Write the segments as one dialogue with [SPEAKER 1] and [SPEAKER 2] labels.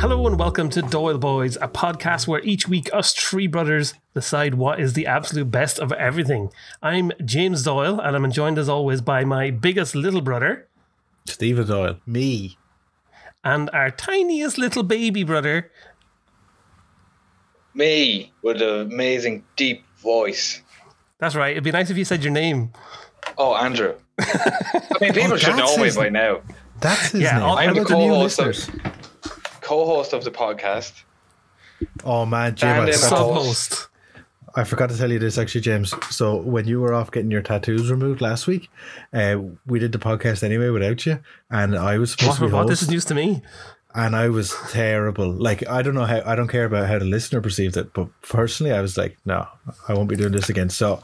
[SPEAKER 1] Hello and welcome to Doyle Boys, a podcast where each week us three brothers decide what is the absolute best of everything. I'm James Doyle and I'm joined as always by my biggest little brother
[SPEAKER 2] Stephen Doyle.
[SPEAKER 3] Me.
[SPEAKER 1] and our tiniest little baby brother.
[SPEAKER 4] me with an amazing deep voice.
[SPEAKER 1] That's right, it'd be nice if you said your name.
[SPEAKER 4] Oh, Andrew. I mean, people
[SPEAKER 2] Oh,
[SPEAKER 4] should know
[SPEAKER 2] that's
[SPEAKER 4] me
[SPEAKER 2] his-
[SPEAKER 4] by now.
[SPEAKER 2] That's his
[SPEAKER 1] Yeah,
[SPEAKER 2] name.
[SPEAKER 1] I'll-
[SPEAKER 2] How
[SPEAKER 4] I'm
[SPEAKER 2] about
[SPEAKER 4] the
[SPEAKER 2] the new
[SPEAKER 4] co-host of-
[SPEAKER 2] listeners?
[SPEAKER 4] Co-host of the podcast.
[SPEAKER 2] Oh man, James, I
[SPEAKER 4] Brandon
[SPEAKER 2] forgot,
[SPEAKER 4] Sol-
[SPEAKER 1] Sub host.
[SPEAKER 2] I forgot to tell you this actually, James. So when you were off getting your tattoos removed last week, uh, we did the podcast anyway without you, and I was supposed
[SPEAKER 1] What,
[SPEAKER 2] to be
[SPEAKER 1] what?
[SPEAKER 2] host,
[SPEAKER 1] This is news to me.
[SPEAKER 2] and I was terrible. Like I don't know how I don't care about how the listener perceived it, but personally, I was like, no, I won't be doing this again. So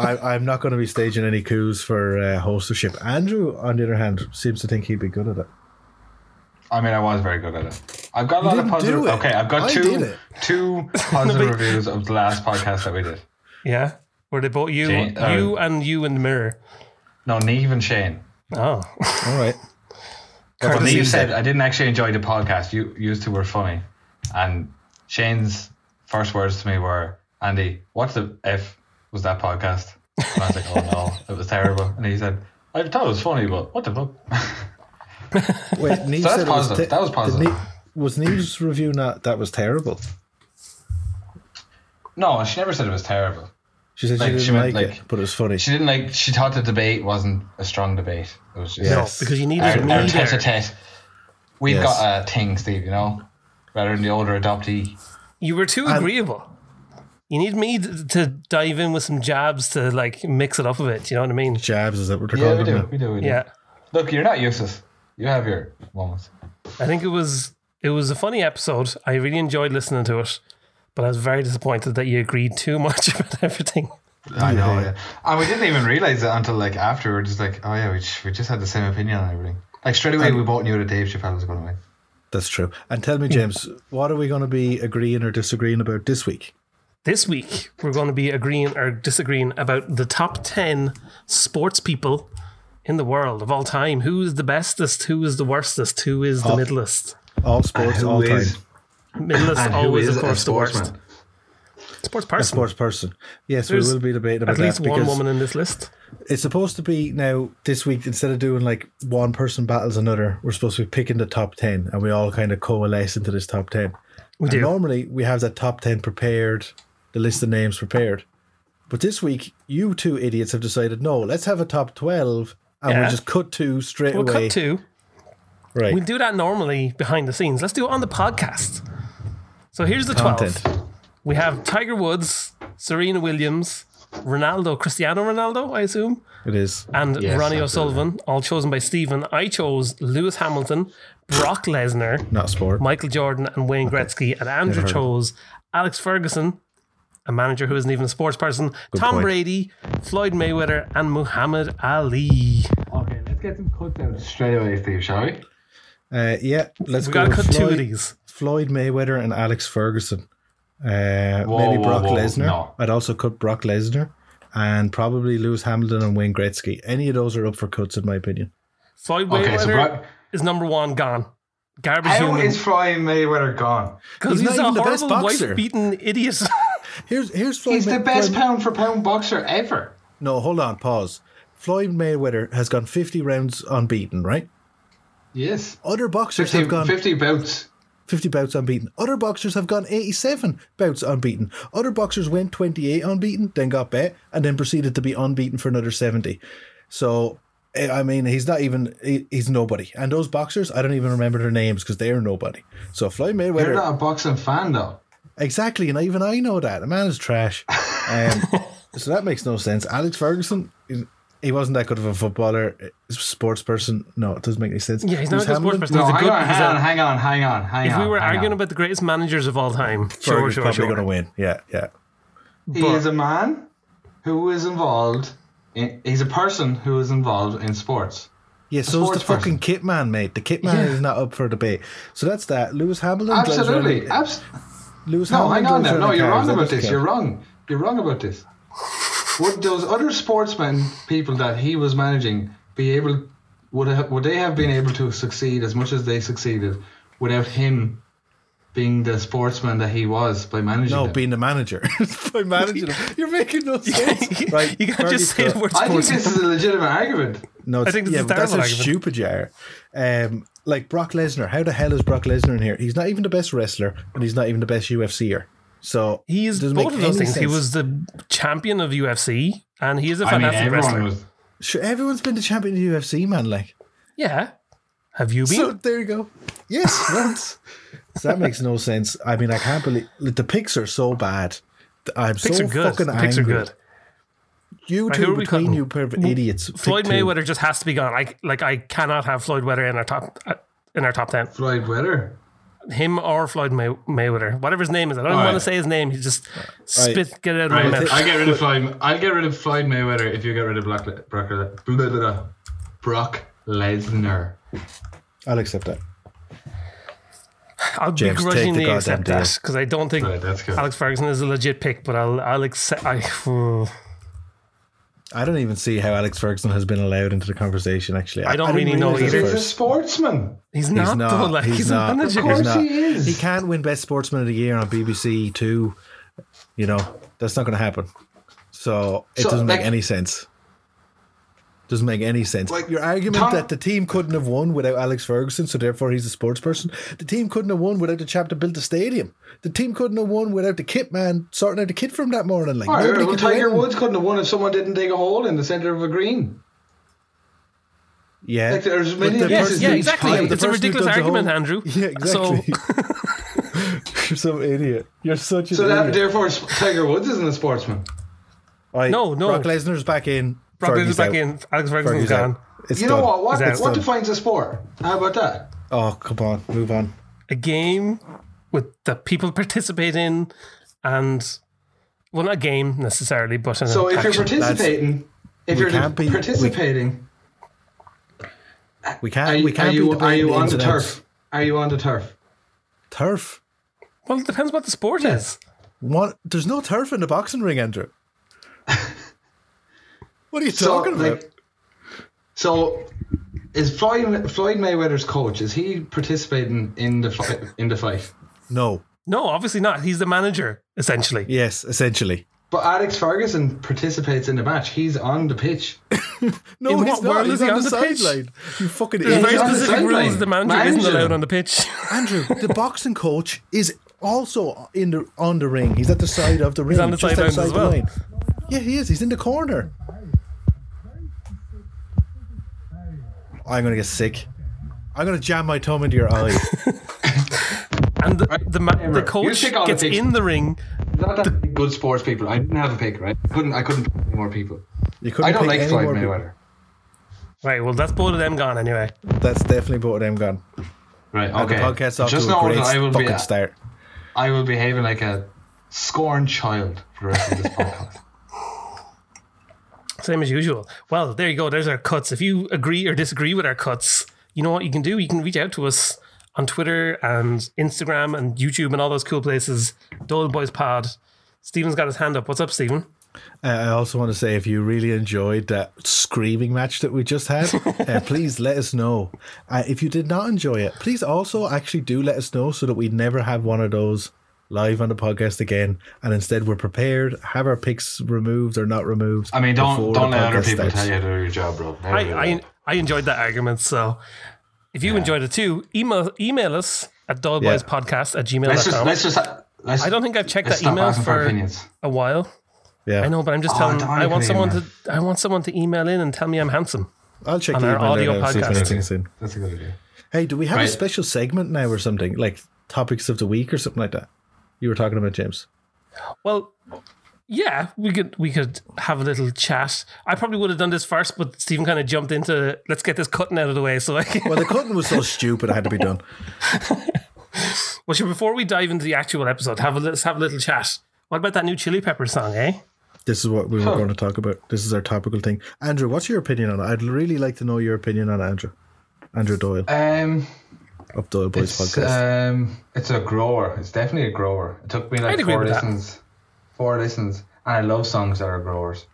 [SPEAKER 2] I, I'm not going to be staging any coups for uh, hostership. Andrew, on the other hand, seems to think he'd be good at it.
[SPEAKER 5] I mean, I was very good at it. I've got a lot
[SPEAKER 2] You
[SPEAKER 5] of positive.
[SPEAKER 2] do it.
[SPEAKER 5] Okay, I've
[SPEAKER 2] I
[SPEAKER 5] got
[SPEAKER 2] did
[SPEAKER 5] two
[SPEAKER 2] it.
[SPEAKER 5] two positive reviews of the last podcast that we did.
[SPEAKER 1] Yeah. Where they bought you,
[SPEAKER 5] Jane- uh,
[SPEAKER 1] you and you in the mirror.
[SPEAKER 5] No, Neve and Shane.
[SPEAKER 1] Oh,
[SPEAKER 2] All right.
[SPEAKER 5] But
[SPEAKER 1] Courtesy
[SPEAKER 5] Neve said I didn't actually enjoy the podcast. You you two were funny, and Shane's first words to me were, "Andy, what the f was that podcast?" And I was like, "Oh no, it was terrible." And he said, "I thought it was funny, but what the fuck?"
[SPEAKER 2] Wait, Neve
[SPEAKER 5] So that's
[SPEAKER 2] said it was
[SPEAKER 5] positive.
[SPEAKER 2] te-
[SPEAKER 5] That was
[SPEAKER 2] did
[SPEAKER 5] positive.
[SPEAKER 2] Niamh- was Neve's review not that was terrible?
[SPEAKER 5] No, she never said it was terrible.
[SPEAKER 2] She said
[SPEAKER 5] Like,
[SPEAKER 2] she didn't
[SPEAKER 5] she
[SPEAKER 2] like,
[SPEAKER 5] meant,
[SPEAKER 2] it,
[SPEAKER 5] like-
[SPEAKER 2] but it was funny.
[SPEAKER 5] She didn't like. She thought the debate wasn't a strong debate. It was just
[SPEAKER 2] No,
[SPEAKER 1] because you needed
[SPEAKER 5] our,
[SPEAKER 1] a
[SPEAKER 5] our
[SPEAKER 1] leader.
[SPEAKER 5] tete-a-tete. We've
[SPEAKER 2] Yes.
[SPEAKER 5] got a thing, Steve. You know, rather than the older adoptee.
[SPEAKER 1] you were too
[SPEAKER 2] And-
[SPEAKER 1] agreeable. You need me to, to dive in with some jabs to like mix it up a bit. You know what I mean?
[SPEAKER 2] Jabs is that what they're
[SPEAKER 5] Yeah, we
[SPEAKER 2] called?
[SPEAKER 5] do.
[SPEAKER 2] them
[SPEAKER 5] We do. We do.
[SPEAKER 1] Yeah.
[SPEAKER 5] Look, you're not useless. You have your moments.
[SPEAKER 1] I think it was it was a funny episode. I really enjoyed listening to it, but I was very disappointed that you agreed too much about everything.
[SPEAKER 5] I know. Yeah. And we didn't even realize it until like after. We're just like, oh yeah, we just, we just had the same opinion on everything. Like straight away, we both knew that Dave Chappelle was going to win.
[SPEAKER 2] That's true. And tell me, James, what are we going to be agreeing or disagreeing about this week?
[SPEAKER 1] This week we're going to be agreeing or disagreeing about the top ten sports people in the world of all time. Who is the bestest? Who is the worstest? Who is the
[SPEAKER 2] Oh.
[SPEAKER 1] middlest?
[SPEAKER 2] All
[SPEAKER 1] Uh,
[SPEAKER 2] sports,
[SPEAKER 5] Who
[SPEAKER 2] all time.
[SPEAKER 5] is-
[SPEAKER 1] Middlest
[SPEAKER 5] and who
[SPEAKER 1] always,
[SPEAKER 5] is
[SPEAKER 1] of
[SPEAKER 5] a
[SPEAKER 1] course, the worst.
[SPEAKER 5] sportsman?
[SPEAKER 1] Sports
[SPEAKER 2] A
[SPEAKER 1] person.
[SPEAKER 2] sports person. Yes,
[SPEAKER 1] There's
[SPEAKER 2] we will be debating about
[SPEAKER 1] At least
[SPEAKER 2] that
[SPEAKER 1] one
[SPEAKER 2] because
[SPEAKER 1] woman in this list.
[SPEAKER 2] it's supposed to be now this week. Instead of doing like one person battles another, we're supposed to be picking the top ten, and we all kind of coalesce into this top ten.
[SPEAKER 1] We
[SPEAKER 2] And
[SPEAKER 1] do.
[SPEAKER 2] normally we have that top 10 prepared, the list of names prepared. But this week, you two idiots have decided, no, let's have a top 12 and
[SPEAKER 1] Yeah.
[SPEAKER 2] we'll just cut two straight
[SPEAKER 1] We'll
[SPEAKER 2] away.
[SPEAKER 1] cut two.
[SPEAKER 2] Right.
[SPEAKER 1] We do that normally behind the scenes. Let's do it on the podcast. So here's the 12.
[SPEAKER 2] Content.
[SPEAKER 1] We have Tiger Woods, Serena Williams, Ronaldo, Cristiano Ronaldo, I assume,
[SPEAKER 2] It is.
[SPEAKER 1] and
[SPEAKER 5] Yes,
[SPEAKER 1] Ronnie
[SPEAKER 5] absolutely.
[SPEAKER 1] O'Sullivan, all chosen by Stephen. I chose Lewis Hamilton, Brock Lesnar,
[SPEAKER 2] Not a sport.
[SPEAKER 1] Michael Jordan, and Wayne Gretzky. And Andrew
[SPEAKER 2] heard of
[SPEAKER 1] chose Alex Ferguson, a manager who isn't even a sports person, Tom
[SPEAKER 2] point.
[SPEAKER 1] Brady, Floyd Mayweather, and Muhammad Ali.
[SPEAKER 5] Okay, let's get some cuts out straight away, Steve. Shall we?
[SPEAKER 2] Uh, yeah, let's
[SPEAKER 1] We've got
[SPEAKER 2] go.
[SPEAKER 1] to
[SPEAKER 2] with
[SPEAKER 1] cut
[SPEAKER 2] Floyd,
[SPEAKER 1] two of these.
[SPEAKER 2] Floyd Mayweather and Alex Ferguson. Uh,
[SPEAKER 5] Whoa,
[SPEAKER 2] maybe
[SPEAKER 5] whoa,
[SPEAKER 2] Brock
[SPEAKER 5] whoa,
[SPEAKER 2] Lesnar.
[SPEAKER 5] no.
[SPEAKER 2] I'd also cut Brock Lesnar and probably Lewis Hamilton and Wayne Gretzky. Any of those are up for cuts, in my opinion.
[SPEAKER 1] Floyd Mayweather.
[SPEAKER 5] Okay, so Brock,
[SPEAKER 1] is number one gone. Garbage
[SPEAKER 5] how
[SPEAKER 1] human.
[SPEAKER 5] is Floyd Mayweather gone?
[SPEAKER 1] Because
[SPEAKER 2] He's
[SPEAKER 1] he's,
[SPEAKER 2] not
[SPEAKER 1] a
[SPEAKER 2] even the best
[SPEAKER 1] horrible,
[SPEAKER 2] boxer.
[SPEAKER 1] wife-beaten idiot.
[SPEAKER 2] Here's here's Floyd
[SPEAKER 5] He's the
[SPEAKER 2] May-
[SPEAKER 5] best
[SPEAKER 2] Floyd-
[SPEAKER 5] pound for pound boxer ever.
[SPEAKER 2] No, hold on, pause. Floyd Mayweather has gone 50 rounds unbeaten, right?
[SPEAKER 5] Yes.
[SPEAKER 2] Other boxers
[SPEAKER 5] 50,
[SPEAKER 2] have gone 50.
[SPEAKER 5] 50 bouts.
[SPEAKER 2] bouts unbeaten. Other boxers have gone 87 bouts unbeaten. Other boxers went 28 unbeaten, then got bet, and then proceeded to be unbeaten for another 70. So, eh, I mean, he's not even, he, he's nobody. And those boxers, I don't even remember their names because they're nobody. So, Floyd
[SPEAKER 5] You're
[SPEAKER 2] Mayweather.
[SPEAKER 5] not a boxing fan, though.
[SPEAKER 2] Exactly, and even I know that. The man is trash. Um, so that makes no sense. Alex Ferguson, he- he wasn't that good of a footballer, eh, sports person. No, it doesn't make any sense.
[SPEAKER 1] yeah, he's not a good
[SPEAKER 2] Lewis
[SPEAKER 1] sports
[SPEAKER 2] Hamilton?
[SPEAKER 1] person.
[SPEAKER 5] No,
[SPEAKER 1] he's a
[SPEAKER 5] hang,
[SPEAKER 1] good.
[SPEAKER 5] on,
[SPEAKER 1] he's
[SPEAKER 5] hang
[SPEAKER 1] a-
[SPEAKER 5] on, hang on, hang on, hang
[SPEAKER 1] if
[SPEAKER 5] on.
[SPEAKER 1] we were
[SPEAKER 5] hang
[SPEAKER 1] arguing
[SPEAKER 5] on.
[SPEAKER 1] about the greatest managers of all time, sure,
[SPEAKER 2] Ferguson's
[SPEAKER 1] sure,
[SPEAKER 2] probably
[SPEAKER 1] sure.
[SPEAKER 2] going to win. Yeah, yeah.
[SPEAKER 5] he is a man who is involved. In, he's a person who is involved in sports.
[SPEAKER 2] Yeah, so's the
[SPEAKER 5] sports person.
[SPEAKER 2] fucking kit man, mate. The kit man
[SPEAKER 5] Yeah.
[SPEAKER 2] is not up for debate. So that's that. Lewis Hamilton. drives
[SPEAKER 5] Absolutely.
[SPEAKER 2] around-
[SPEAKER 5] Abs-
[SPEAKER 2] Lewis
[SPEAKER 5] no, hang
[SPEAKER 2] Hamilton
[SPEAKER 5] on now.
[SPEAKER 2] drives around
[SPEAKER 5] No,
[SPEAKER 2] in
[SPEAKER 5] you're
[SPEAKER 2] cars.
[SPEAKER 5] wrong
[SPEAKER 2] That
[SPEAKER 5] about
[SPEAKER 2] doesn't
[SPEAKER 5] this.
[SPEAKER 2] count.
[SPEAKER 5] You're wrong. You're wrong about this. Would those other sportsmen, people that he was managing, be able would have, would they have been able to succeed as much as they succeeded without him being the sportsman that he was by managing?
[SPEAKER 2] No,
[SPEAKER 5] them?
[SPEAKER 2] being the manager. By managing him. You're making no sense. right,
[SPEAKER 1] you can't
[SPEAKER 2] Fergie
[SPEAKER 1] just say
[SPEAKER 2] cut.
[SPEAKER 1] the word
[SPEAKER 5] I think
[SPEAKER 1] sports.
[SPEAKER 5] this is a legitimate argument.
[SPEAKER 2] No, it's,
[SPEAKER 1] think this
[SPEAKER 2] yeah,
[SPEAKER 1] is a
[SPEAKER 2] but that's a
[SPEAKER 1] terrible argument.
[SPEAKER 2] stupid jar. Um, like Brock Lesnar, how the hell is Brock Lesnar in here? He's not even the best wrestler, and he's not even the best UFCer. So
[SPEAKER 1] He is
[SPEAKER 2] doesn't
[SPEAKER 1] both
[SPEAKER 2] make
[SPEAKER 1] of those
[SPEAKER 2] any
[SPEAKER 1] things. He
[SPEAKER 2] sense.
[SPEAKER 1] was the champion of UFC, and he is a
[SPEAKER 5] I mean,
[SPEAKER 1] fantastic
[SPEAKER 5] everyone
[SPEAKER 1] wrestler.
[SPEAKER 5] was.
[SPEAKER 2] Sure, everyone's been the champion of the UFC, man. Like,
[SPEAKER 1] Yeah. Have you been?
[SPEAKER 2] so there you go. Yes, once. so that makes no sense. I mean, I can't believe like, the picks are so bad. I'm
[SPEAKER 1] Picks
[SPEAKER 2] so
[SPEAKER 1] are good.
[SPEAKER 2] fucking
[SPEAKER 1] The Picks are
[SPEAKER 2] angry.
[SPEAKER 1] good.
[SPEAKER 2] You
[SPEAKER 1] who
[SPEAKER 2] two
[SPEAKER 1] are we
[SPEAKER 2] between
[SPEAKER 1] cutting?
[SPEAKER 2] you, pair of idiots.
[SPEAKER 1] Floyd
[SPEAKER 2] pick two.
[SPEAKER 1] Mayweather just has to be gone. I like. I cannot have Floyd Mayweather in our top uh, in our top ten.
[SPEAKER 5] Floyd Weather.
[SPEAKER 1] Him or Floyd May- Mayweather, whatever his name is. I don't
[SPEAKER 5] All
[SPEAKER 1] want to
[SPEAKER 5] right.
[SPEAKER 1] say his name. He just spit get it out of
[SPEAKER 5] Right,
[SPEAKER 1] my mouth.
[SPEAKER 5] I get rid of Floyd. I'll get rid of Floyd Mayweather if you get rid of Brock, Le- Brock, Le- blah, blah, blah, Brock Lesnar.
[SPEAKER 2] I'll accept that.
[SPEAKER 1] I'll
[SPEAKER 2] James, take the
[SPEAKER 1] begrudgingly
[SPEAKER 2] goddamn
[SPEAKER 1] accept
[SPEAKER 2] deal.
[SPEAKER 1] that because I don't think
[SPEAKER 5] Right, that's good.
[SPEAKER 1] Alex Ferguson is a legit pick. But I'll I'll accept. I,
[SPEAKER 2] I don't even see how Alex Ferguson has been allowed into the conversation. Actually,
[SPEAKER 1] I don't
[SPEAKER 2] didn't
[SPEAKER 1] really know
[SPEAKER 2] realize this
[SPEAKER 1] either.
[SPEAKER 2] first.
[SPEAKER 5] He's a sportsman.
[SPEAKER 1] he's not. though, like he's, a manager.
[SPEAKER 5] Of course he is.
[SPEAKER 2] He can't win Best Sportsman of the Year on BBC Two. You know that's not going to happen. So it
[SPEAKER 5] So,
[SPEAKER 2] doesn't make
[SPEAKER 5] like-
[SPEAKER 2] any sense. Doesn't make any sense.
[SPEAKER 5] Like,
[SPEAKER 2] Your argument
[SPEAKER 5] Tom-
[SPEAKER 2] that the team couldn't have won without Alex Ferguson, so therefore he's a sports person. The team couldn't have won without the chap that built the stadium. The team couldn't have won without the kit man sorting out the kit from that morning. Like
[SPEAKER 5] All right,
[SPEAKER 2] nobody
[SPEAKER 5] well,
[SPEAKER 2] could
[SPEAKER 5] Tiger
[SPEAKER 2] win.
[SPEAKER 5] Woods couldn't have won if someone didn't dig a hole in the center of a green.
[SPEAKER 2] Yeah,
[SPEAKER 5] Like, there's
[SPEAKER 2] But
[SPEAKER 5] many-
[SPEAKER 2] the
[SPEAKER 5] Yes,
[SPEAKER 2] person
[SPEAKER 1] Yeah,
[SPEAKER 2] who-
[SPEAKER 1] exactly.
[SPEAKER 2] the
[SPEAKER 1] it's a
[SPEAKER 2] person who
[SPEAKER 1] ridiculous
[SPEAKER 2] dug the
[SPEAKER 1] argument,
[SPEAKER 2] hole-
[SPEAKER 1] Andrew.
[SPEAKER 2] Yeah,
[SPEAKER 1] So
[SPEAKER 2] exactly. You're some idiot. You're such an
[SPEAKER 5] So that,
[SPEAKER 2] idiot.
[SPEAKER 5] therefore, S- Tiger Woods isn't a sportsman.
[SPEAKER 2] All right,
[SPEAKER 1] No, no.
[SPEAKER 2] Brock Lesnar's back in.
[SPEAKER 1] Brock
[SPEAKER 2] Fergie's
[SPEAKER 1] Lesnar's back
[SPEAKER 2] out.
[SPEAKER 1] in. Alex Ferguson's
[SPEAKER 2] Fergie's
[SPEAKER 1] gone.
[SPEAKER 2] out. It's
[SPEAKER 5] You
[SPEAKER 2] done.
[SPEAKER 5] know what? What,
[SPEAKER 1] That's
[SPEAKER 5] what
[SPEAKER 2] done.
[SPEAKER 5] defines a sport? How about that?
[SPEAKER 2] Oh, come on. Move on.
[SPEAKER 1] a game with that people participate in, and well, not a game necessarily, but an
[SPEAKER 5] So if you're
[SPEAKER 1] action.
[SPEAKER 5] participating, if
[SPEAKER 2] we
[SPEAKER 5] you're
[SPEAKER 2] can't be-
[SPEAKER 5] participating,
[SPEAKER 2] We
[SPEAKER 5] are
[SPEAKER 2] can't.
[SPEAKER 5] you,
[SPEAKER 2] we can't
[SPEAKER 5] are you,
[SPEAKER 2] be
[SPEAKER 5] are you
[SPEAKER 2] debating
[SPEAKER 5] on the
[SPEAKER 2] ins and outs.
[SPEAKER 5] turf? Are you on the turf?
[SPEAKER 2] Turf.
[SPEAKER 1] well, it depends what the sport is.
[SPEAKER 2] What? There's no turf in the boxing ring, Andrew. what are you
[SPEAKER 5] So,
[SPEAKER 2] talking about?
[SPEAKER 5] like, so is Floyd, Floyd Mayweather's coach? Is he participating in the fight, in the fight?
[SPEAKER 2] no.
[SPEAKER 1] No, obviously not. He's the manager essentially.
[SPEAKER 2] Yes. Essentially.
[SPEAKER 5] But Alex Ferguson participates in the match. He's on the pitch.
[SPEAKER 2] No,
[SPEAKER 1] In
[SPEAKER 2] he's
[SPEAKER 1] what
[SPEAKER 2] not.
[SPEAKER 1] world
[SPEAKER 2] he's
[SPEAKER 1] is he
[SPEAKER 2] on,
[SPEAKER 1] on
[SPEAKER 2] the,
[SPEAKER 1] the pitch?
[SPEAKER 2] sideline. You fucking
[SPEAKER 1] There's
[SPEAKER 2] idiot.
[SPEAKER 1] very
[SPEAKER 5] he's on the
[SPEAKER 1] specific rules.
[SPEAKER 5] sideline.
[SPEAKER 1] The manager isn't
[SPEAKER 5] Manager.
[SPEAKER 1] allowed on the pitch.
[SPEAKER 2] Andrew, the boxing coach is also in the on the ring. He's at the side of the ring. He's
[SPEAKER 1] on the
[SPEAKER 2] just
[SPEAKER 1] sidelines
[SPEAKER 2] outside
[SPEAKER 1] as
[SPEAKER 2] the
[SPEAKER 1] well.
[SPEAKER 2] line. Yeah, he is. He's in the corner. I'm gonna get sick. I'm gonna jam my thumb into your eye.
[SPEAKER 1] And the, the, ma- the
[SPEAKER 5] You
[SPEAKER 1] coach
[SPEAKER 5] stick on the
[SPEAKER 1] gets
[SPEAKER 5] pitch.
[SPEAKER 1] in the ring.
[SPEAKER 5] Not that many good sports people. I didn't have a pick, right? I couldn't. I couldn't pick any more people.
[SPEAKER 2] You couldn't
[SPEAKER 5] I don't
[SPEAKER 2] pick
[SPEAKER 5] like
[SPEAKER 2] any
[SPEAKER 5] Floyd
[SPEAKER 2] more people.
[SPEAKER 5] Mayweather.
[SPEAKER 1] Right. Well, that's both of them gone anyway.
[SPEAKER 2] That's definitely both of them gone.
[SPEAKER 5] Right.
[SPEAKER 2] And
[SPEAKER 5] Okay.
[SPEAKER 2] The podcast's off
[SPEAKER 5] Just
[SPEAKER 2] to a
[SPEAKER 5] know
[SPEAKER 2] great
[SPEAKER 5] that I will be.
[SPEAKER 2] fucking start.
[SPEAKER 5] I will behaving like a scorned child for the rest of this podcast.
[SPEAKER 1] Same as usual. Well, there you go. There's our cuts. If you agree or disagree with our cuts, you know what you can do? You can reach out to us on Twitter and Instagram and YouTube and all those cool places. Dole Boys Pod. Steven's got his hand up. What's up, Steven?
[SPEAKER 2] Uh, I also want to say if you really enjoyed that screaming match that we just had, uh, please let us know. Uh, if you did not enjoy it, please also actually do let us know so that we never have one of those live on the podcast again. And instead, we're prepared, have our picks removed or not removed.
[SPEAKER 5] I mean, don't
[SPEAKER 2] before
[SPEAKER 5] don't
[SPEAKER 2] the
[SPEAKER 5] let other
[SPEAKER 2] podcast
[SPEAKER 5] people
[SPEAKER 2] starts.
[SPEAKER 5] tell you how to do your job, bro. Never
[SPEAKER 1] I,
[SPEAKER 5] do
[SPEAKER 1] I,
[SPEAKER 5] that.
[SPEAKER 1] I enjoyed that argument. So if you enjoyed it too, email email us at
[SPEAKER 2] Yeah.
[SPEAKER 1] doleboyspodcast at
[SPEAKER 5] let's just
[SPEAKER 1] gmail.com.
[SPEAKER 5] let's just let's.
[SPEAKER 1] I don't think I've checked
[SPEAKER 5] let's
[SPEAKER 1] that
[SPEAKER 5] stop
[SPEAKER 1] email
[SPEAKER 5] asking for,
[SPEAKER 1] for
[SPEAKER 5] opinions.
[SPEAKER 1] a while.
[SPEAKER 2] Yeah,
[SPEAKER 1] I know, but I'm just
[SPEAKER 5] Oh,
[SPEAKER 1] telling.
[SPEAKER 5] don't
[SPEAKER 1] I want someone
[SPEAKER 5] email.
[SPEAKER 1] to. I want someone to email in and tell me I'm handsome.
[SPEAKER 2] I'll check
[SPEAKER 1] on
[SPEAKER 2] the
[SPEAKER 1] our
[SPEAKER 2] email
[SPEAKER 1] audio
[SPEAKER 2] now and see if
[SPEAKER 1] podcast.
[SPEAKER 2] anything's in.
[SPEAKER 5] That's a good idea.
[SPEAKER 2] Hey, do we have a
[SPEAKER 5] Right.
[SPEAKER 2] special segment now or something like topics of the week or something like that? You were talking about James.
[SPEAKER 1] Well, yeah, we could we could have a little chat. I probably would have done this first, but Stephen kind of jumped into let's get this cutting out of the way. So, like,
[SPEAKER 2] Well, the cutting was so stupid, it had to be done.
[SPEAKER 1] well, sure, before we dive into the actual episode, have a let's have a little chat. What about that new Chili Pepper song, eh?
[SPEAKER 2] This is what we were going to talk about. This is our topical thing. Andrew, what's your opinion on it? I'd really like to know your opinion on Andrew. Andrew Doyle
[SPEAKER 5] Um,
[SPEAKER 2] of Doyle Boys
[SPEAKER 5] it's,
[SPEAKER 2] Podcast.
[SPEAKER 5] um, it's a grower. It's definitely a grower. It took me
[SPEAKER 1] I'd
[SPEAKER 5] like
[SPEAKER 1] agree
[SPEAKER 5] four
[SPEAKER 1] with that.
[SPEAKER 5] listens, four listens, and I love songs that are growers.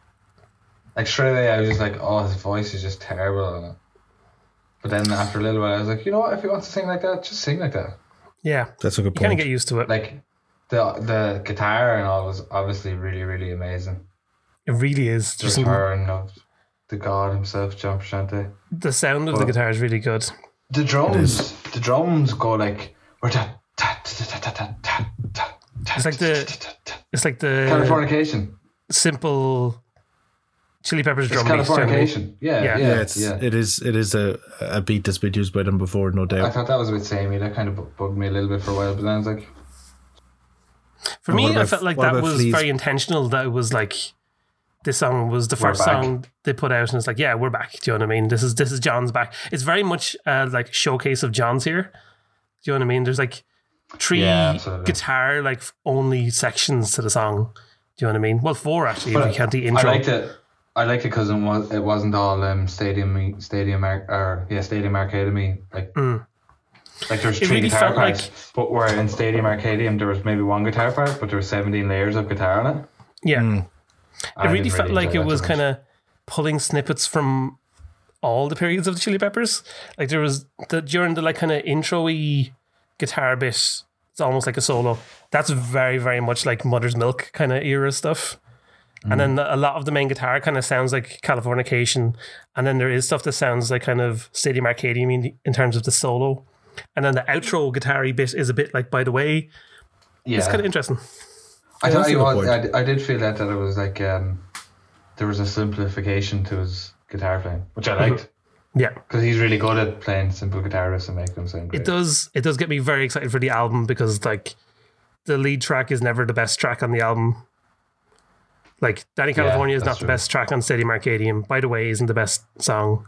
[SPEAKER 5] Like straight away, I was just like, "Oh, his voice is just terrible," But then after a little while, I was like, you know what? If he wants to sing like that, just sing like that.
[SPEAKER 1] Yeah,
[SPEAKER 2] That's a
[SPEAKER 1] you
[SPEAKER 2] good
[SPEAKER 1] kind
[SPEAKER 2] point.
[SPEAKER 1] of get used to it.
[SPEAKER 5] Like the the guitar and all was obviously really really amazing.
[SPEAKER 1] It really is.
[SPEAKER 5] The
[SPEAKER 1] There's some-
[SPEAKER 5] return of uh, the god himself, John Frusciante.
[SPEAKER 1] the sound of the
[SPEAKER 5] Well-
[SPEAKER 1] guitar is really good.
[SPEAKER 5] The drums, the drums go like we're da, da, da, da, da, da, da, da, da,
[SPEAKER 1] It's like
[SPEAKER 5] da,
[SPEAKER 1] the-
[SPEAKER 5] da, da, da.
[SPEAKER 1] It's like the
[SPEAKER 5] Californication.
[SPEAKER 1] simple Chili Peppers
[SPEAKER 5] It's
[SPEAKER 1] drum beat. sound.
[SPEAKER 5] Californication. Yeah,
[SPEAKER 1] Yeah.
[SPEAKER 5] yeah,
[SPEAKER 2] yeah,
[SPEAKER 5] yeah.
[SPEAKER 2] it's, it is it is a, a beat that's been used by them before, no
[SPEAKER 5] I
[SPEAKER 2] doubt.
[SPEAKER 5] thought that was a bit samey. That kind of bu- bugged me a little bit for a while, but then I was like,
[SPEAKER 1] For
[SPEAKER 2] And
[SPEAKER 1] me,
[SPEAKER 2] what
[SPEAKER 1] I
[SPEAKER 2] about-
[SPEAKER 1] felt like
[SPEAKER 2] what
[SPEAKER 1] that
[SPEAKER 2] about
[SPEAKER 1] was
[SPEAKER 2] Flea's-
[SPEAKER 1] very intentional. That it was like this song was the
[SPEAKER 5] We're
[SPEAKER 1] first
[SPEAKER 5] back.
[SPEAKER 1] song they put out, and it's like, yeah, we're back. Do you know what I mean? This is this is John's back. It's very much uh, like showcase of John's here. Do you know what I mean? There's like three
[SPEAKER 5] Yeah, absolutely.
[SPEAKER 1] guitar like only sections to the song. Do you know what I mean? Well, four actually, if
[SPEAKER 5] But
[SPEAKER 1] you count the
[SPEAKER 5] I
[SPEAKER 1] intro.
[SPEAKER 5] liked it. I liked it because it, was, it wasn't all um, stadium, stadium, Ar- or yeah, stadium arcademy. Like,
[SPEAKER 1] Mm.
[SPEAKER 5] like there's
[SPEAKER 1] It
[SPEAKER 5] three
[SPEAKER 1] really
[SPEAKER 5] guitar
[SPEAKER 1] felt
[SPEAKER 5] parts, but where in stadium arcadium there was maybe one guitar part, but there was 17 layers of guitar on it.
[SPEAKER 1] yeah.
[SPEAKER 5] I
[SPEAKER 1] it really
[SPEAKER 5] didn't
[SPEAKER 1] felt
[SPEAKER 5] enjoy
[SPEAKER 1] like it
[SPEAKER 5] that
[SPEAKER 1] was
[SPEAKER 5] so
[SPEAKER 1] kind
[SPEAKER 5] much.
[SPEAKER 1] of pulling snippets from all the periods of the Chili Peppers. Like there was the during the like kind of introy guitar bit, it's almost like a solo. That's very very much like Mother's Milk kind of era stuff. And then a lot of the main guitar kind of sounds like Californication, and then there is stuff that sounds like kind of Stadium Arcadium in, in terms of the solo, and then the outro guitar bit is a bit like by the way.
[SPEAKER 5] yeah.
[SPEAKER 1] It's kind of interesting.
[SPEAKER 5] I
[SPEAKER 2] that's
[SPEAKER 5] thought
[SPEAKER 2] a
[SPEAKER 5] it
[SPEAKER 2] good
[SPEAKER 5] was.
[SPEAKER 2] point.
[SPEAKER 5] I, d- I did feel that that it was like um, there was a simplification to his guitar playing, which I liked
[SPEAKER 1] Yeah.
[SPEAKER 5] because he's really good at playing simple guitarists and making them sound great.
[SPEAKER 1] it does it does get me very excited for the album because like the lead track is never the best track on the album. Like Danny California is not
[SPEAKER 5] that's
[SPEAKER 1] the
[SPEAKER 5] true.
[SPEAKER 1] best track on Stadium Arcadium. By the way, isn't the best song.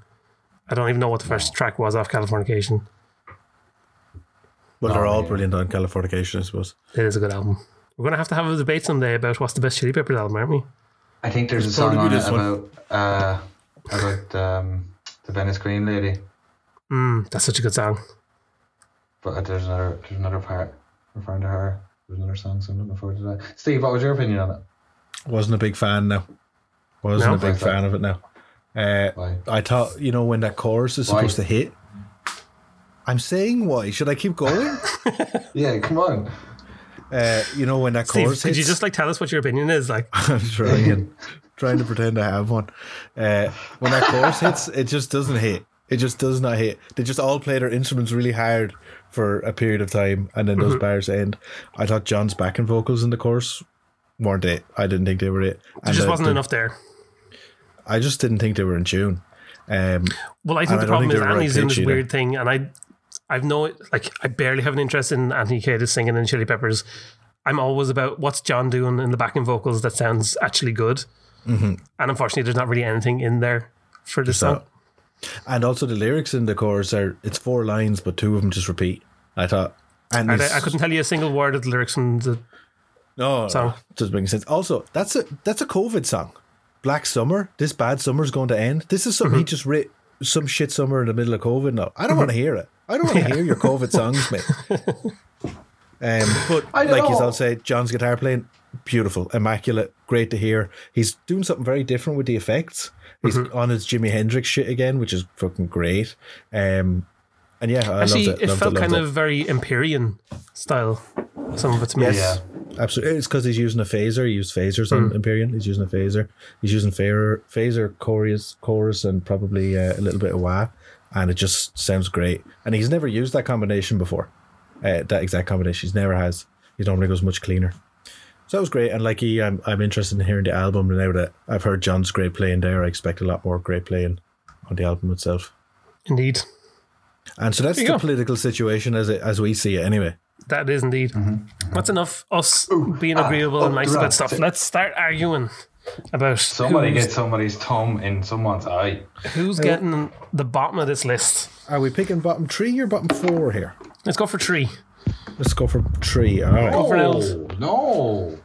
[SPEAKER 1] I don't even know what the first track was off Californication.
[SPEAKER 2] Well, they're
[SPEAKER 5] Oh,
[SPEAKER 2] all
[SPEAKER 5] yeah.
[SPEAKER 2] brilliant on Californication, I suppose.
[SPEAKER 1] It is a good album. We're gonna have to have a debate someday about what's the best Chili Peppers album, aren't we?
[SPEAKER 5] I think there's a
[SPEAKER 2] probably
[SPEAKER 5] song on
[SPEAKER 2] be
[SPEAKER 5] it
[SPEAKER 2] this one.
[SPEAKER 5] about uh, about um, the Venice Green Lady,
[SPEAKER 1] Mm, that's such a good song.
[SPEAKER 5] but there's another there's another part referring to her. There's another song something before to that. Steve, what was your opinion on it?
[SPEAKER 2] Wasn't a big fan now. Wasn't
[SPEAKER 1] No?
[SPEAKER 2] a big fan of it now. Uh,
[SPEAKER 5] Why?
[SPEAKER 2] I thought, you know, when that chorus is
[SPEAKER 5] Why?
[SPEAKER 2] supposed to hit. I'm saying why. Should I keep going?
[SPEAKER 5] Yeah, come on.
[SPEAKER 2] uh, you know, when that
[SPEAKER 1] Steve,
[SPEAKER 2] chorus
[SPEAKER 1] could
[SPEAKER 2] hits.
[SPEAKER 1] you just like tell us what your opinion is? Like,
[SPEAKER 2] I'm trying, trying to pretend I have one. Uh, when that chorus hits, it just doesn't hit. It just does not hit. They just all play their instruments really hard for a period of time, and then
[SPEAKER 1] Mm-hmm.
[SPEAKER 2] those bars end. I thought John's backing vocals in the chorus weren't it. I didn't think they were it.
[SPEAKER 1] there
[SPEAKER 2] And
[SPEAKER 1] just
[SPEAKER 2] I
[SPEAKER 1] wasn't
[SPEAKER 2] did-
[SPEAKER 1] enough there.
[SPEAKER 2] I just didn't think they were in tune. Um,
[SPEAKER 1] Well, I think
[SPEAKER 2] And I
[SPEAKER 1] the
[SPEAKER 2] don't
[SPEAKER 1] problem
[SPEAKER 2] think
[SPEAKER 1] is
[SPEAKER 2] they were
[SPEAKER 1] Anthony's
[SPEAKER 2] right
[SPEAKER 1] doing
[SPEAKER 2] pitch
[SPEAKER 1] this
[SPEAKER 2] either.
[SPEAKER 1] weird thing, and I, I've no like I barely have an interest in Anthony Kiedis singing in Chili Peppers. I'm always about what's John doing in the backing vocals that sounds actually good,
[SPEAKER 2] Mm-hmm.
[SPEAKER 1] and unfortunately, there's not really anything in there for this song.
[SPEAKER 2] not. and also the lyrics in the chorus are it's four lines, but two of them just repeat. I thought. And
[SPEAKER 1] I,
[SPEAKER 2] it's-
[SPEAKER 1] I couldn't tell you a single word of the lyrics from the.
[SPEAKER 2] No,
[SPEAKER 1] So-
[SPEAKER 2] no, doesn't make sense. Also, that's a that's a COVID song. Black Summer. This bad summer's going to end. This is something
[SPEAKER 1] Mm-hmm.
[SPEAKER 2] he just writ some shit summer in the middle of COVID. Now I don't want to hear it. I don't want to hear your COVID songs, mate. Um, but
[SPEAKER 5] I don't
[SPEAKER 2] like you
[SPEAKER 5] know.
[SPEAKER 2] all said, John's guitar playing beautiful, immaculate, great to hear. He's doing something very different with the effects. He's
[SPEAKER 1] Mm-hmm.
[SPEAKER 2] on his Jimi Hendrix shit again, which is fucking great. Um, and yeah, I
[SPEAKER 1] Actually,
[SPEAKER 2] loved it.
[SPEAKER 1] it
[SPEAKER 2] loved
[SPEAKER 1] felt
[SPEAKER 2] loved
[SPEAKER 1] kind of very Empyrean style. Some of it to me.
[SPEAKER 2] Yes. Absolutely, it's because he's using a phaser. He used phasers
[SPEAKER 1] Hmm.
[SPEAKER 2] on Empyrean. He's using a phaser. He's using phaser, phaser chorus, chorus, and probably uh, a little bit of wah, and it just sounds great. And he's never used that combination before. Uh, that exact combination, he's never has. He normally goes much cleaner. So that was great, and like he, I'm, I'm interested in hearing the album. And now that I've heard John's great playing there, I expect a lot more great playing on the album itself.
[SPEAKER 1] Indeed,
[SPEAKER 2] And so that's
[SPEAKER 1] There
[SPEAKER 2] the
[SPEAKER 1] you go.
[SPEAKER 2] political situation as it, as we see it, anyway.
[SPEAKER 1] that is indeed. That's enough. Us being agreeable and
[SPEAKER 5] oh,
[SPEAKER 1] nice about
[SPEAKER 5] Mm-hmm. right.
[SPEAKER 1] stuff. Let's start arguing about
[SPEAKER 5] Somebody
[SPEAKER 1] who's-
[SPEAKER 5] gets somebody's thumb in someone's eye.
[SPEAKER 1] Who's getting the bottom of this list?
[SPEAKER 2] Are we picking bottom three or bottom four here?
[SPEAKER 1] Let's go for three.
[SPEAKER 2] Let's go for three. All right.
[SPEAKER 1] Over and
[SPEAKER 5] Oh, no,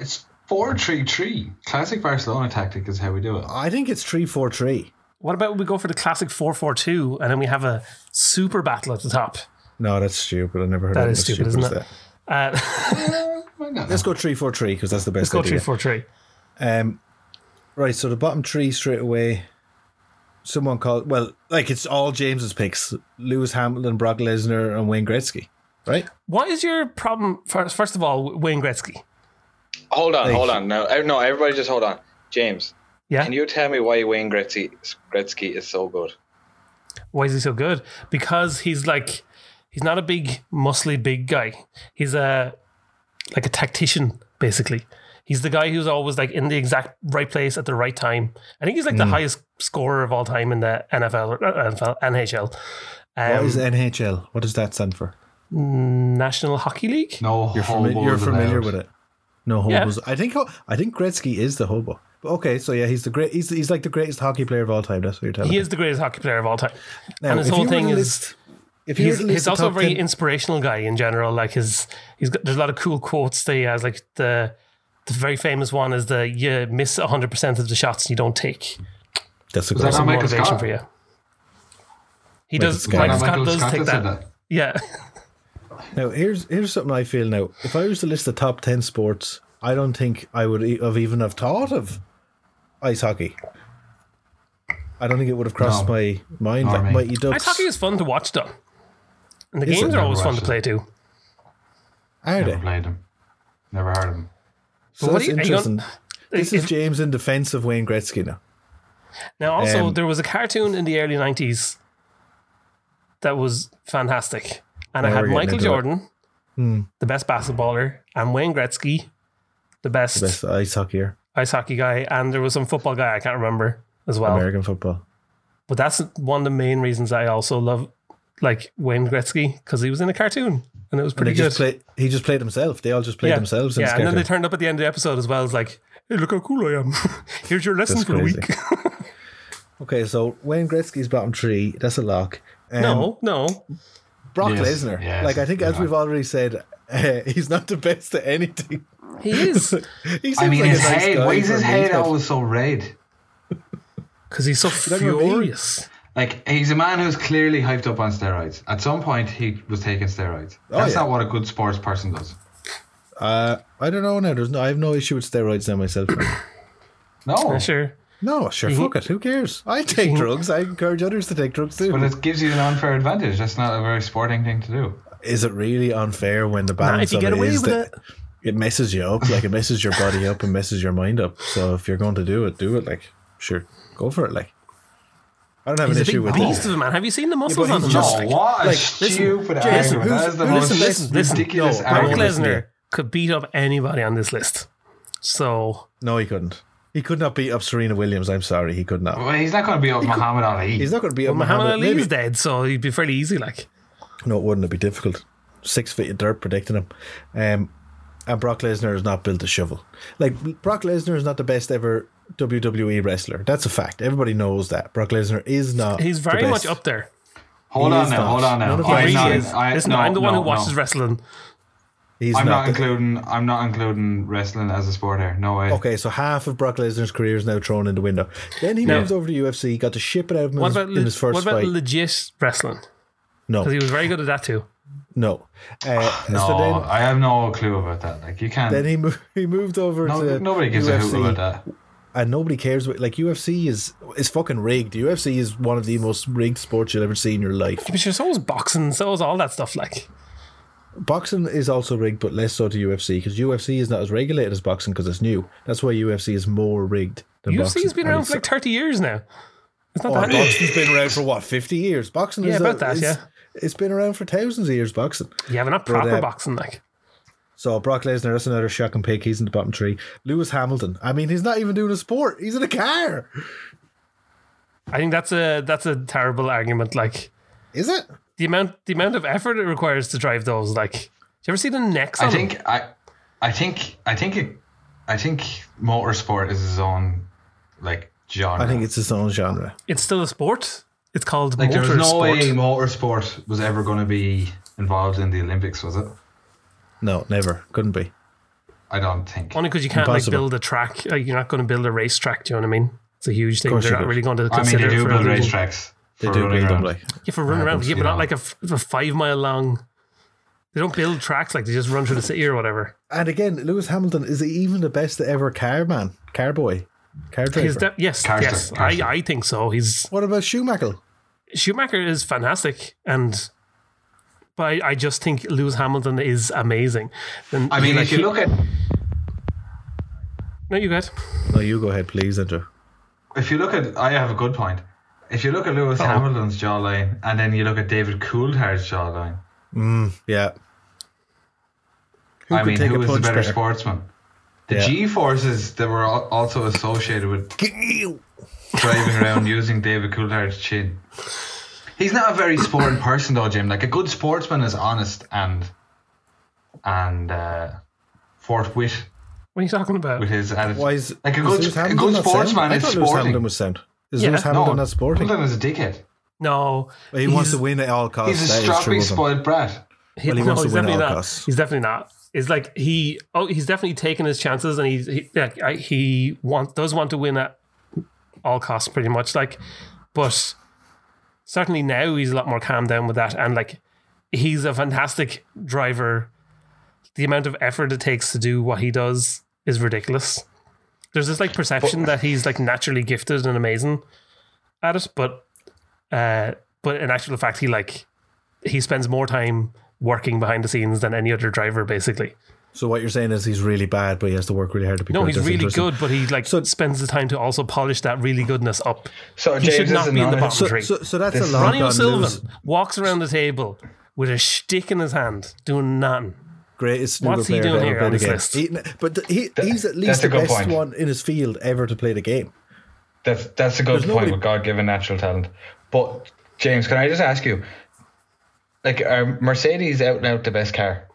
[SPEAKER 5] it's four three three. Classic Barcelona tactic is how we do it.
[SPEAKER 2] I think it's three four three.
[SPEAKER 1] What about we go for the classic 442 and then we have a super battle at the top?
[SPEAKER 2] No, that's stupid. I never heard
[SPEAKER 1] That
[SPEAKER 2] of
[SPEAKER 1] is
[SPEAKER 2] as
[SPEAKER 1] stupid,
[SPEAKER 2] as
[SPEAKER 1] isn't it? Uh,
[SPEAKER 5] Why not?
[SPEAKER 2] Let's go three four three because that's the
[SPEAKER 1] let's
[SPEAKER 2] best
[SPEAKER 1] go
[SPEAKER 2] idea.
[SPEAKER 1] 343.
[SPEAKER 2] Um, right. So the bottom three straight away. someone called well, like it's all James's picks: Lewis Hamilton, Brock Lesnar, and Wayne Gretzky. Right?
[SPEAKER 1] What is your problem? First, first of all, with Wayne Gretzky.
[SPEAKER 4] Hold on,
[SPEAKER 2] Thank
[SPEAKER 4] hold
[SPEAKER 2] you.
[SPEAKER 4] on. No, ev- no, everybody just hold on. James,
[SPEAKER 1] Yeah.
[SPEAKER 4] can you tell me why Wayne Gretzky, Gretzky is so good?
[SPEAKER 1] Why is he so good? Because he's like, he's not a big, muscly, big guy. He's a like a tactician, basically. He's the guy who's always like in the exact right place at the right time. I think he's like the highest scorer of all time in the NFL or uh, NFL, NHL. Um,
[SPEAKER 2] What is NHL? What does that stand for?
[SPEAKER 1] National Hockey League.
[SPEAKER 5] No,
[SPEAKER 2] You're, fami- you're familiar with it. No
[SPEAKER 1] Yeah.
[SPEAKER 2] hobos. I think ho- I think Gretzky is the hobo. But okay, so yeah, he's the great. He's, he's like the greatest hockey player of all time. That's what you're telling
[SPEAKER 1] He
[SPEAKER 2] me.
[SPEAKER 1] is the greatest hockey player of all time.
[SPEAKER 2] Now,
[SPEAKER 1] and his
[SPEAKER 2] if
[SPEAKER 1] whole
[SPEAKER 2] you were to
[SPEAKER 1] thing is-
[SPEAKER 2] list- if you were
[SPEAKER 1] He's,
[SPEAKER 2] to list
[SPEAKER 1] he's
[SPEAKER 2] the
[SPEAKER 1] also a
[SPEAKER 2] top
[SPEAKER 1] very
[SPEAKER 2] 10
[SPEAKER 1] inspirational guy in general. Like his, he's got, there's a lot of cool quotes that he has. Like the, the very famous one is the you miss 100 percent of the shots you don't take.
[SPEAKER 2] that's a
[SPEAKER 1] There's
[SPEAKER 5] that
[SPEAKER 2] good.
[SPEAKER 5] not
[SPEAKER 1] some
[SPEAKER 5] Michael
[SPEAKER 1] motivation
[SPEAKER 5] Scott?
[SPEAKER 1] for you. He
[SPEAKER 2] Michael
[SPEAKER 1] does.
[SPEAKER 2] Scott.
[SPEAKER 1] Michael
[SPEAKER 5] Michael
[SPEAKER 1] Scott does
[SPEAKER 5] Scott that
[SPEAKER 1] take
[SPEAKER 5] said
[SPEAKER 1] that.
[SPEAKER 5] that.
[SPEAKER 1] Yeah,
[SPEAKER 2] Now here's here's something I feel now. If I was to list the top ten sports, I don't think I would e- have even have thought of ice hockey. I don't think it would have crossed
[SPEAKER 5] No.
[SPEAKER 2] my mind.
[SPEAKER 5] Nor
[SPEAKER 2] Like
[SPEAKER 5] me.
[SPEAKER 2] Mighty Ducks.
[SPEAKER 1] ice hockey is fun to watch though, and the
[SPEAKER 2] Is it?
[SPEAKER 1] games are
[SPEAKER 5] Never
[SPEAKER 1] always fun
[SPEAKER 5] watched
[SPEAKER 1] to
[SPEAKER 5] it.
[SPEAKER 1] play too.
[SPEAKER 2] Are
[SPEAKER 5] Never
[SPEAKER 2] they?
[SPEAKER 5] played him. Never heard of him.
[SPEAKER 2] So
[SPEAKER 1] But what
[SPEAKER 2] that's
[SPEAKER 1] do you- are you gonna-
[SPEAKER 2] interesting. This is
[SPEAKER 1] If-
[SPEAKER 2] James in defense of Wayne Gretzky now.
[SPEAKER 1] Now, also,
[SPEAKER 2] Um,
[SPEAKER 1] there was a cartoon in the early 90s that was fantastic. And it
[SPEAKER 2] Now
[SPEAKER 1] had
[SPEAKER 2] we're getting
[SPEAKER 1] Michael
[SPEAKER 2] into it. Hmm.
[SPEAKER 1] Jordan, the best basketballer, and Wayne Gretzky, the best,
[SPEAKER 2] Best ice hockeyer,
[SPEAKER 1] ice hockey guy. And there was some football guy, I can't remember as well.
[SPEAKER 2] American football.
[SPEAKER 1] But that's one of the main reasons I also love like Wayne Gretzky because he was in a cartoon and it was
[SPEAKER 2] They
[SPEAKER 1] pretty good.
[SPEAKER 2] just play, he just played himself. They all just played themselves. In
[SPEAKER 1] yeah,
[SPEAKER 2] yeah,
[SPEAKER 1] and then they turned up at the end of the episode as well as like, hey, look how cool I am. Here's your lesson
[SPEAKER 2] That's
[SPEAKER 1] for the
[SPEAKER 2] crazy.
[SPEAKER 1] week.
[SPEAKER 2] okay, so Wayne Gretzky's bottom three. That's a lock. Um,
[SPEAKER 1] no, no.
[SPEAKER 2] Brock
[SPEAKER 5] Yes,
[SPEAKER 2] Lesnar.
[SPEAKER 5] yes,
[SPEAKER 2] like I think,
[SPEAKER 5] good
[SPEAKER 2] as
[SPEAKER 5] one.
[SPEAKER 2] we've already said, uh, he's not the best at anything.
[SPEAKER 1] He is.
[SPEAKER 2] He seems
[SPEAKER 5] I mean,
[SPEAKER 2] like a
[SPEAKER 5] his
[SPEAKER 2] nice
[SPEAKER 5] head.
[SPEAKER 2] guy
[SPEAKER 5] Why is
[SPEAKER 2] for
[SPEAKER 5] his
[SPEAKER 2] a
[SPEAKER 5] head
[SPEAKER 2] meathead.
[SPEAKER 5] always so red?
[SPEAKER 1] Because he's so
[SPEAKER 2] what I mean?
[SPEAKER 1] furious.
[SPEAKER 5] Like he's a man who's clearly hyped up on steroids. At some point, he was taking steroids.
[SPEAKER 2] Oh,
[SPEAKER 5] That's
[SPEAKER 2] yeah.
[SPEAKER 5] not what a good sports person does.
[SPEAKER 2] Uh, I don't know now. There's no. I have no issue with steroids now myself.
[SPEAKER 5] No,
[SPEAKER 1] Yeah, Sure.
[SPEAKER 2] no, sure,
[SPEAKER 1] Mhm.
[SPEAKER 2] fuck it. Who cares? I take drugs. I encourage others to take drugs too.
[SPEAKER 5] but it gives you an unfair advantage. That's not a very sporting thing to do.
[SPEAKER 2] Is it really unfair when the
[SPEAKER 1] Nah,
[SPEAKER 2] balance
[SPEAKER 1] if you
[SPEAKER 2] of
[SPEAKER 1] get
[SPEAKER 2] it
[SPEAKER 1] away
[SPEAKER 2] is
[SPEAKER 1] with
[SPEAKER 2] that
[SPEAKER 1] it,
[SPEAKER 2] it messes you up? Like it messes your body up and messes your mind up. So if you're going to do it, do it. Like sure, go for it. Like I don't have
[SPEAKER 1] he's
[SPEAKER 2] an
[SPEAKER 1] a
[SPEAKER 2] issue
[SPEAKER 1] big
[SPEAKER 2] with
[SPEAKER 1] beast
[SPEAKER 2] it.
[SPEAKER 1] of a man. Have you seen the muscles
[SPEAKER 2] but
[SPEAKER 1] on
[SPEAKER 2] he's
[SPEAKER 1] him?
[SPEAKER 5] No,
[SPEAKER 2] just-
[SPEAKER 5] what a
[SPEAKER 2] like, listen,
[SPEAKER 5] stupid
[SPEAKER 2] Jason,
[SPEAKER 5] argument.
[SPEAKER 2] who's-
[SPEAKER 5] That is the
[SPEAKER 2] who-
[SPEAKER 5] most
[SPEAKER 2] listen,
[SPEAKER 1] listen, listen.
[SPEAKER 5] ridiculous
[SPEAKER 2] No,
[SPEAKER 1] Brock
[SPEAKER 2] I won't
[SPEAKER 5] argument.
[SPEAKER 2] listen to
[SPEAKER 1] Lesnar could beat up anybody on this list. So
[SPEAKER 2] No, he couldn't. He could not beat up Serena Williams. I'm sorry, he could not.
[SPEAKER 5] Well, he's not going to be up Muhammad Ali.
[SPEAKER 2] He's not going to beat up
[SPEAKER 1] Muhammad
[SPEAKER 2] Muhammad.
[SPEAKER 1] Ali
[SPEAKER 2] Maybe-
[SPEAKER 1] is dead, so he'd be fairly easy. Like
[SPEAKER 2] No, it wouldn't. It'd be difficult. Six feet of dirt predicting him. Um, and Brock Lesnar is not built to shovel. Like, Brock Lesnar is not the best ever WWE wrestler. That's a fact. Everybody knows that. Brock Lesnar is not.
[SPEAKER 1] he's
[SPEAKER 2] the
[SPEAKER 1] very much
[SPEAKER 2] best.
[SPEAKER 1] up there.
[SPEAKER 5] hold
[SPEAKER 2] he
[SPEAKER 5] on
[SPEAKER 2] is
[SPEAKER 5] now.
[SPEAKER 2] not.
[SPEAKER 5] Hold on now.
[SPEAKER 2] None of
[SPEAKER 5] I'm
[SPEAKER 2] the
[SPEAKER 5] not-
[SPEAKER 2] reasons.
[SPEAKER 5] I-
[SPEAKER 1] Listen,
[SPEAKER 5] no,
[SPEAKER 1] I'm the one
[SPEAKER 5] no,
[SPEAKER 1] who watches
[SPEAKER 5] no.
[SPEAKER 1] wrestling.
[SPEAKER 2] He's
[SPEAKER 5] I'm not
[SPEAKER 2] not. the-
[SPEAKER 5] including. I'm not including wrestling as a sport here. No way.
[SPEAKER 2] okay, so half of Brock Lesnar's career is now thrown in the window. Then he moves over to UFC, got to ship it out of him in,
[SPEAKER 1] What
[SPEAKER 2] his,
[SPEAKER 1] about
[SPEAKER 2] in his
[SPEAKER 1] le-
[SPEAKER 2] first
[SPEAKER 1] what about
[SPEAKER 2] fight.
[SPEAKER 1] legit wrestling?
[SPEAKER 2] no,
[SPEAKER 1] Because he was very good at that too.
[SPEAKER 2] no. Uh,
[SPEAKER 5] No,
[SPEAKER 2] so then,
[SPEAKER 5] I have no clue about that. Like you can't.
[SPEAKER 2] then he, mo- he moved over
[SPEAKER 5] no,
[SPEAKER 2] to
[SPEAKER 5] nobody gives
[SPEAKER 2] UFC.
[SPEAKER 5] a hoot about that.
[SPEAKER 2] and nobody cares what like UFC is is fucking rigged. UFC is one of the most rigged sports you'll ever see in your life.
[SPEAKER 1] But sure, so was boxing, so was all that stuff. Like
[SPEAKER 2] Boxing is also rigged, but less so to UFC because UFC is not as regulated as boxing because it's new. That's why UFC is more rigged than boxing.
[SPEAKER 1] UFC's been
[SPEAKER 2] And
[SPEAKER 1] around
[SPEAKER 2] it's-
[SPEAKER 1] for like thirty years now. It's not
[SPEAKER 2] Oh,
[SPEAKER 1] that long.
[SPEAKER 2] boxing's been around for what fifty years. Boxing
[SPEAKER 1] Yeah,
[SPEAKER 2] is
[SPEAKER 1] about that,
[SPEAKER 2] it's-
[SPEAKER 1] yeah.
[SPEAKER 2] it's been around for thousands of years. Boxing.
[SPEAKER 1] Yeah, but not proper
[SPEAKER 2] uh,
[SPEAKER 1] boxing. Like
[SPEAKER 2] So Brock Lesnar, that's another shocking pick. He's in the bottom three. Lewis Hamilton. I mean, he's not even doing a sport. He's in a car.
[SPEAKER 1] I think that's a that's a terrible argument. Like
[SPEAKER 2] Is it?
[SPEAKER 1] the amount the amount of effort it requires to drive those. Like, do you ever see the necks?
[SPEAKER 5] I
[SPEAKER 1] on them?
[SPEAKER 5] think I, I think I think it, I think motorsport is his own like genre.
[SPEAKER 2] I think it's his own genre.
[SPEAKER 1] it's still a sport. It's called
[SPEAKER 5] like there was no
[SPEAKER 1] motorsport.
[SPEAKER 5] way motorsport was ever going to be involved in the Olympics, was it?
[SPEAKER 2] No, never. Couldn't be.
[SPEAKER 5] I don't think.
[SPEAKER 1] Only because you can't like
[SPEAKER 2] Impossible.
[SPEAKER 1] build a track. Like, you're not going to build a racetrack. Do you know what I mean? It's a huge thing.
[SPEAKER 2] course
[SPEAKER 1] They're
[SPEAKER 2] you
[SPEAKER 1] not
[SPEAKER 2] could.
[SPEAKER 1] really going to
[SPEAKER 5] I mean,
[SPEAKER 1] consider
[SPEAKER 5] they
[SPEAKER 1] it
[SPEAKER 5] do
[SPEAKER 1] for
[SPEAKER 5] build
[SPEAKER 1] other-
[SPEAKER 5] racetracks.
[SPEAKER 2] They
[SPEAKER 5] for
[SPEAKER 2] do
[SPEAKER 5] running
[SPEAKER 2] build them
[SPEAKER 5] around.
[SPEAKER 2] like.
[SPEAKER 1] Yeah, for running around.
[SPEAKER 5] but
[SPEAKER 1] Yeah, but
[SPEAKER 5] you
[SPEAKER 1] not
[SPEAKER 5] know.
[SPEAKER 1] like a, f- a five mile long. They don't build tracks like they just run through the city or whatever.
[SPEAKER 2] And again, Lewis Hamilton is he even the best ever car man, car boy. Car
[SPEAKER 1] His
[SPEAKER 2] driver.
[SPEAKER 1] depth, yes,
[SPEAKER 5] Carson,
[SPEAKER 1] yes,
[SPEAKER 5] Carson.
[SPEAKER 1] I, I think so. He's
[SPEAKER 2] what about Schumacher?
[SPEAKER 1] Schumacher is fantastic, and but I, I just think Lewis Hamilton is amazing. And
[SPEAKER 5] I mean,
[SPEAKER 1] like,
[SPEAKER 5] if you
[SPEAKER 1] he-
[SPEAKER 5] look at
[SPEAKER 1] no, you guys.
[SPEAKER 2] No, you go ahead, please, Andrew.
[SPEAKER 5] if you look at, I have a good point. If you look at
[SPEAKER 2] Oh.
[SPEAKER 5] Lewis Hamilton's jawline, and then you look at David Coulthard's jawline,
[SPEAKER 2] Yeah. Who
[SPEAKER 5] I mean, who is the better,
[SPEAKER 2] better?
[SPEAKER 5] sportsman? The
[SPEAKER 2] Yeah.
[SPEAKER 5] G forces that were al- also associated with
[SPEAKER 2] Ew.
[SPEAKER 5] driving around using David Coulthard's chin. He's not a very sporting person, though, Jim. Like a good sportsman is honest and and uh, forthwit
[SPEAKER 1] What are you talking about?
[SPEAKER 5] with his attitude.
[SPEAKER 2] Why is,
[SPEAKER 5] like a
[SPEAKER 2] is
[SPEAKER 5] good,
[SPEAKER 2] Lewis
[SPEAKER 5] a
[SPEAKER 2] Hamilton
[SPEAKER 5] good
[SPEAKER 2] not sound?
[SPEAKER 5] sportsman
[SPEAKER 2] I
[SPEAKER 5] is
[SPEAKER 2] thought Lewis Hamilton
[SPEAKER 5] sporting.
[SPEAKER 2] was sound. Is
[SPEAKER 1] Yeah.
[SPEAKER 2] Lewis Hamilton not sporting?
[SPEAKER 5] Hamilton is a dickhead.
[SPEAKER 1] No,
[SPEAKER 2] But he
[SPEAKER 1] he's-
[SPEAKER 2] wants to win at all costs.
[SPEAKER 5] He's a
[SPEAKER 2] that is true
[SPEAKER 5] stroppy,
[SPEAKER 2] of him.
[SPEAKER 5] spoiled brat.
[SPEAKER 1] He, oh,
[SPEAKER 2] Well, he wants to
[SPEAKER 1] he's
[SPEAKER 2] win
[SPEAKER 1] definitely
[SPEAKER 2] all
[SPEAKER 1] not.
[SPEAKER 2] costs.
[SPEAKER 1] He's definitely not. It's like he, oh, he's definitely taking his chances, and he's he, like I, he want does want to win at all costs, pretty much. Like, but certainly now he's a lot more calmed down with that, and like he's a fantastic driver. The amount of effort it takes to do what he does is ridiculous. There's this like perception that he's like naturally gifted and amazing at it, but uh, but in actual fact, he like he spends more time working behind the scenes than any other driver basically
[SPEAKER 2] So what you're saying is he's really bad, but he has to work really hard to be
[SPEAKER 1] no
[SPEAKER 2] good.
[SPEAKER 1] he's
[SPEAKER 2] That's
[SPEAKER 1] really
[SPEAKER 2] interesting.
[SPEAKER 1] good but he like
[SPEAKER 2] So-
[SPEAKER 1] spends the time to also polish that really goodness up
[SPEAKER 4] So
[SPEAKER 1] he
[SPEAKER 4] James
[SPEAKER 1] should not
[SPEAKER 4] isn't
[SPEAKER 1] be in the bottom
[SPEAKER 4] honest.
[SPEAKER 2] So,
[SPEAKER 1] three
[SPEAKER 2] so, so that's a long
[SPEAKER 1] ronnie
[SPEAKER 2] gone Lewis.
[SPEAKER 1] o'sullivan walks around the table with a stick in his hand doing nothing
[SPEAKER 2] greatest snooker
[SPEAKER 1] What's he
[SPEAKER 2] player
[SPEAKER 1] doing
[SPEAKER 2] to
[SPEAKER 1] here
[SPEAKER 2] ever play
[SPEAKER 1] on
[SPEAKER 2] the
[SPEAKER 1] this
[SPEAKER 2] game.
[SPEAKER 1] list?
[SPEAKER 2] He- but th- he, he's
[SPEAKER 5] that's
[SPEAKER 2] at least
[SPEAKER 5] a
[SPEAKER 2] the
[SPEAKER 5] good
[SPEAKER 2] best
[SPEAKER 5] point.
[SPEAKER 2] one in his field ever to play the game.
[SPEAKER 5] That's that's a good
[SPEAKER 2] There's
[SPEAKER 5] point
[SPEAKER 2] nobody-
[SPEAKER 5] with God given natural talent. But James, can I just ask you, like, are Mercedes out and out the best car?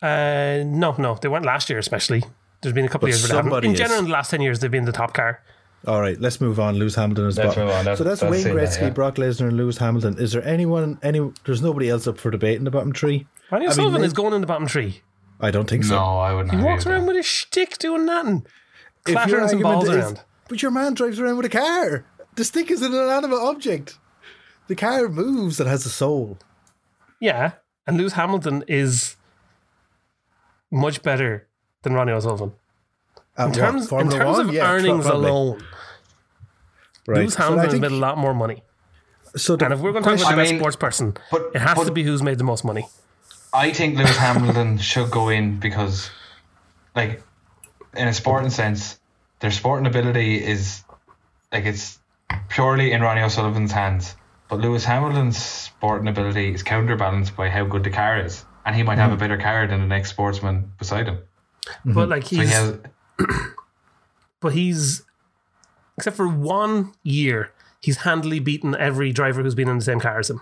[SPEAKER 1] uh no no they weren't last year especially there's been a couple
[SPEAKER 2] But
[SPEAKER 1] of years where they haven't.
[SPEAKER 2] somebody
[SPEAKER 1] in
[SPEAKER 2] is.
[SPEAKER 1] general in the last 10 years they've been the top car
[SPEAKER 2] All right, let's move on. Lewis Hamilton is
[SPEAKER 5] Let's
[SPEAKER 2] bottom.
[SPEAKER 5] move on. That-
[SPEAKER 2] so that's,
[SPEAKER 5] that's
[SPEAKER 2] Wayne
[SPEAKER 5] it,
[SPEAKER 2] Gretzky,
[SPEAKER 5] yeah.
[SPEAKER 2] Brock Lesnar, and Lewis Hamilton. Is there anyone? Any? There's nobody else up for debate in the bottom three.
[SPEAKER 1] ronnie
[SPEAKER 2] mean,
[SPEAKER 1] o'sullivan
[SPEAKER 2] they-
[SPEAKER 1] is going in the bottom three
[SPEAKER 2] I don't think so.
[SPEAKER 5] No, I wouldn't.
[SPEAKER 1] he
[SPEAKER 5] agree
[SPEAKER 1] walks
[SPEAKER 5] with
[SPEAKER 1] around
[SPEAKER 5] that.
[SPEAKER 1] with a stick doing nothing
[SPEAKER 2] If your
[SPEAKER 1] clattering some
[SPEAKER 2] argument
[SPEAKER 1] balls
[SPEAKER 2] is-
[SPEAKER 1] around
[SPEAKER 2] But your man drives around with a car. The stick is an inanimate object. The car moves. It has a soul.
[SPEAKER 1] Yeah, and Lewis Hamilton is much better than Ronnie O'Sullivan
[SPEAKER 2] At
[SPEAKER 1] in terms,
[SPEAKER 2] what,
[SPEAKER 1] in
[SPEAKER 2] Formula
[SPEAKER 1] terms
[SPEAKER 2] One?
[SPEAKER 1] of
[SPEAKER 2] Yeah,
[SPEAKER 1] earnings
[SPEAKER 2] probably.
[SPEAKER 1] alone.
[SPEAKER 2] Right.
[SPEAKER 1] Lewis
[SPEAKER 2] So I
[SPEAKER 1] Hamilton has
[SPEAKER 2] think-
[SPEAKER 1] made a lot more money.
[SPEAKER 2] so the
[SPEAKER 1] And if we're going to talk about the
[SPEAKER 5] I
[SPEAKER 1] best
[SPEAKER 5] mean,
[SPEAKER 1] sports person,
[SPEAKER 5] but-
[SPEAKER 1] it has
[SPEAKER 5] but-
[SPEAKER 1] to be who's made the most money.
[SPEAKER 2] Mm-hmm.
[SPEAKER 5] I think Lewis Hamilton should go in because, like, in a sporting sense, their sporting ability is like it's purely in Ronnie O'Sullivan's hands. But Lewis Hamilton's sporting ability is counterbalanced by how good the car is, and he
[SPEAKER 1] Hmm.
[SPEAKER 5] might have a better car than the next sportsman beside him.
[SPEAKER 1] But like
[SPEAKER 5] So he
[SPEAKER 1] he's,
[SPEAKER 5] has,
[SPEAKER 1] but he's, except for one year, he's handily beaten every driver who's been in the same car as him.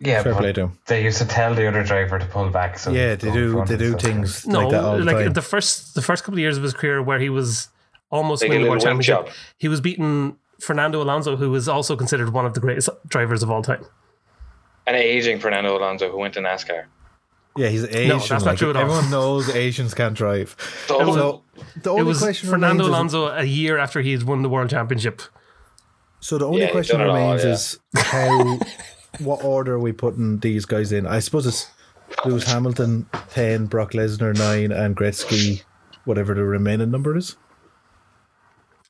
[SPEAKER 5] yeah,
[SPEAKER 2] fair
[SPEAKER 5] but-
[SPEAKER 2] play to him.
[SPEAKER 5] They used to tell the other driver to pull back. So
[SPEAKER 2] Yeah,
[SPEAKER 5] go
[SPEAKER 2] they
[SPEAKER 5] in
[SPEAKER 2] do.
[SPEAKER 5] front
[SPEAKER 2] They
[SPEAKER 5] and
[SPEAKER 2] do
[SPEAKER 5] stuff.
[SPEAKER 2] things
[SPEAKER 1] No,
[SPEAKER 2] like that all the
[SPEAKER 1] like
[SPEAKER 2] time.
[SPEAKER 1] the first the first couple of years of his career where he was almost
[SPEAKER 4] Like a
[SPEAKER 1] winning the world
[SPEAKER 4] little wing
[SPEAKER 1] championship,
[SPEAKER 4] job.
[SPEAKER 1] he was beating Fernando Alonso, who was also considered one of the greatest drivers of all time.
[SPEAKER 4] And aging Fernando Alonso who went to NASCAR.
[SPEAKER 2] yeah, he's Asian.
[SPEAKER 1] that's not
[SPEAKER 2] like,
[SPEAKER 1] true at all.
[SPEAKER 2] Everyone knows Asians can't drive.
[SPEAKER 4] So,
[SPEAKER 2] So the only
[SPEAKER 1] It was
[SPEAKER 2] question
[SPEAKER 1] Fernando
[SPEAKER 2] remains is-
[SPEAKER 1] Alonso a year after he had won the world championship.
[SPEAKER 2] so the only
[SPEAKER 4] Yeah, he's
[SPEAKER 2] question
[SPEAKER 4] done it all,
[SPEAKER 2] remains
[SPEAKER 4] yeah.
[SPEAKER 2] is how, what order are we putting these guys in? I suppose it's Lewis Hamilton ten, Brock Lesnar nine, and Gretzky, whatever the remaining number is.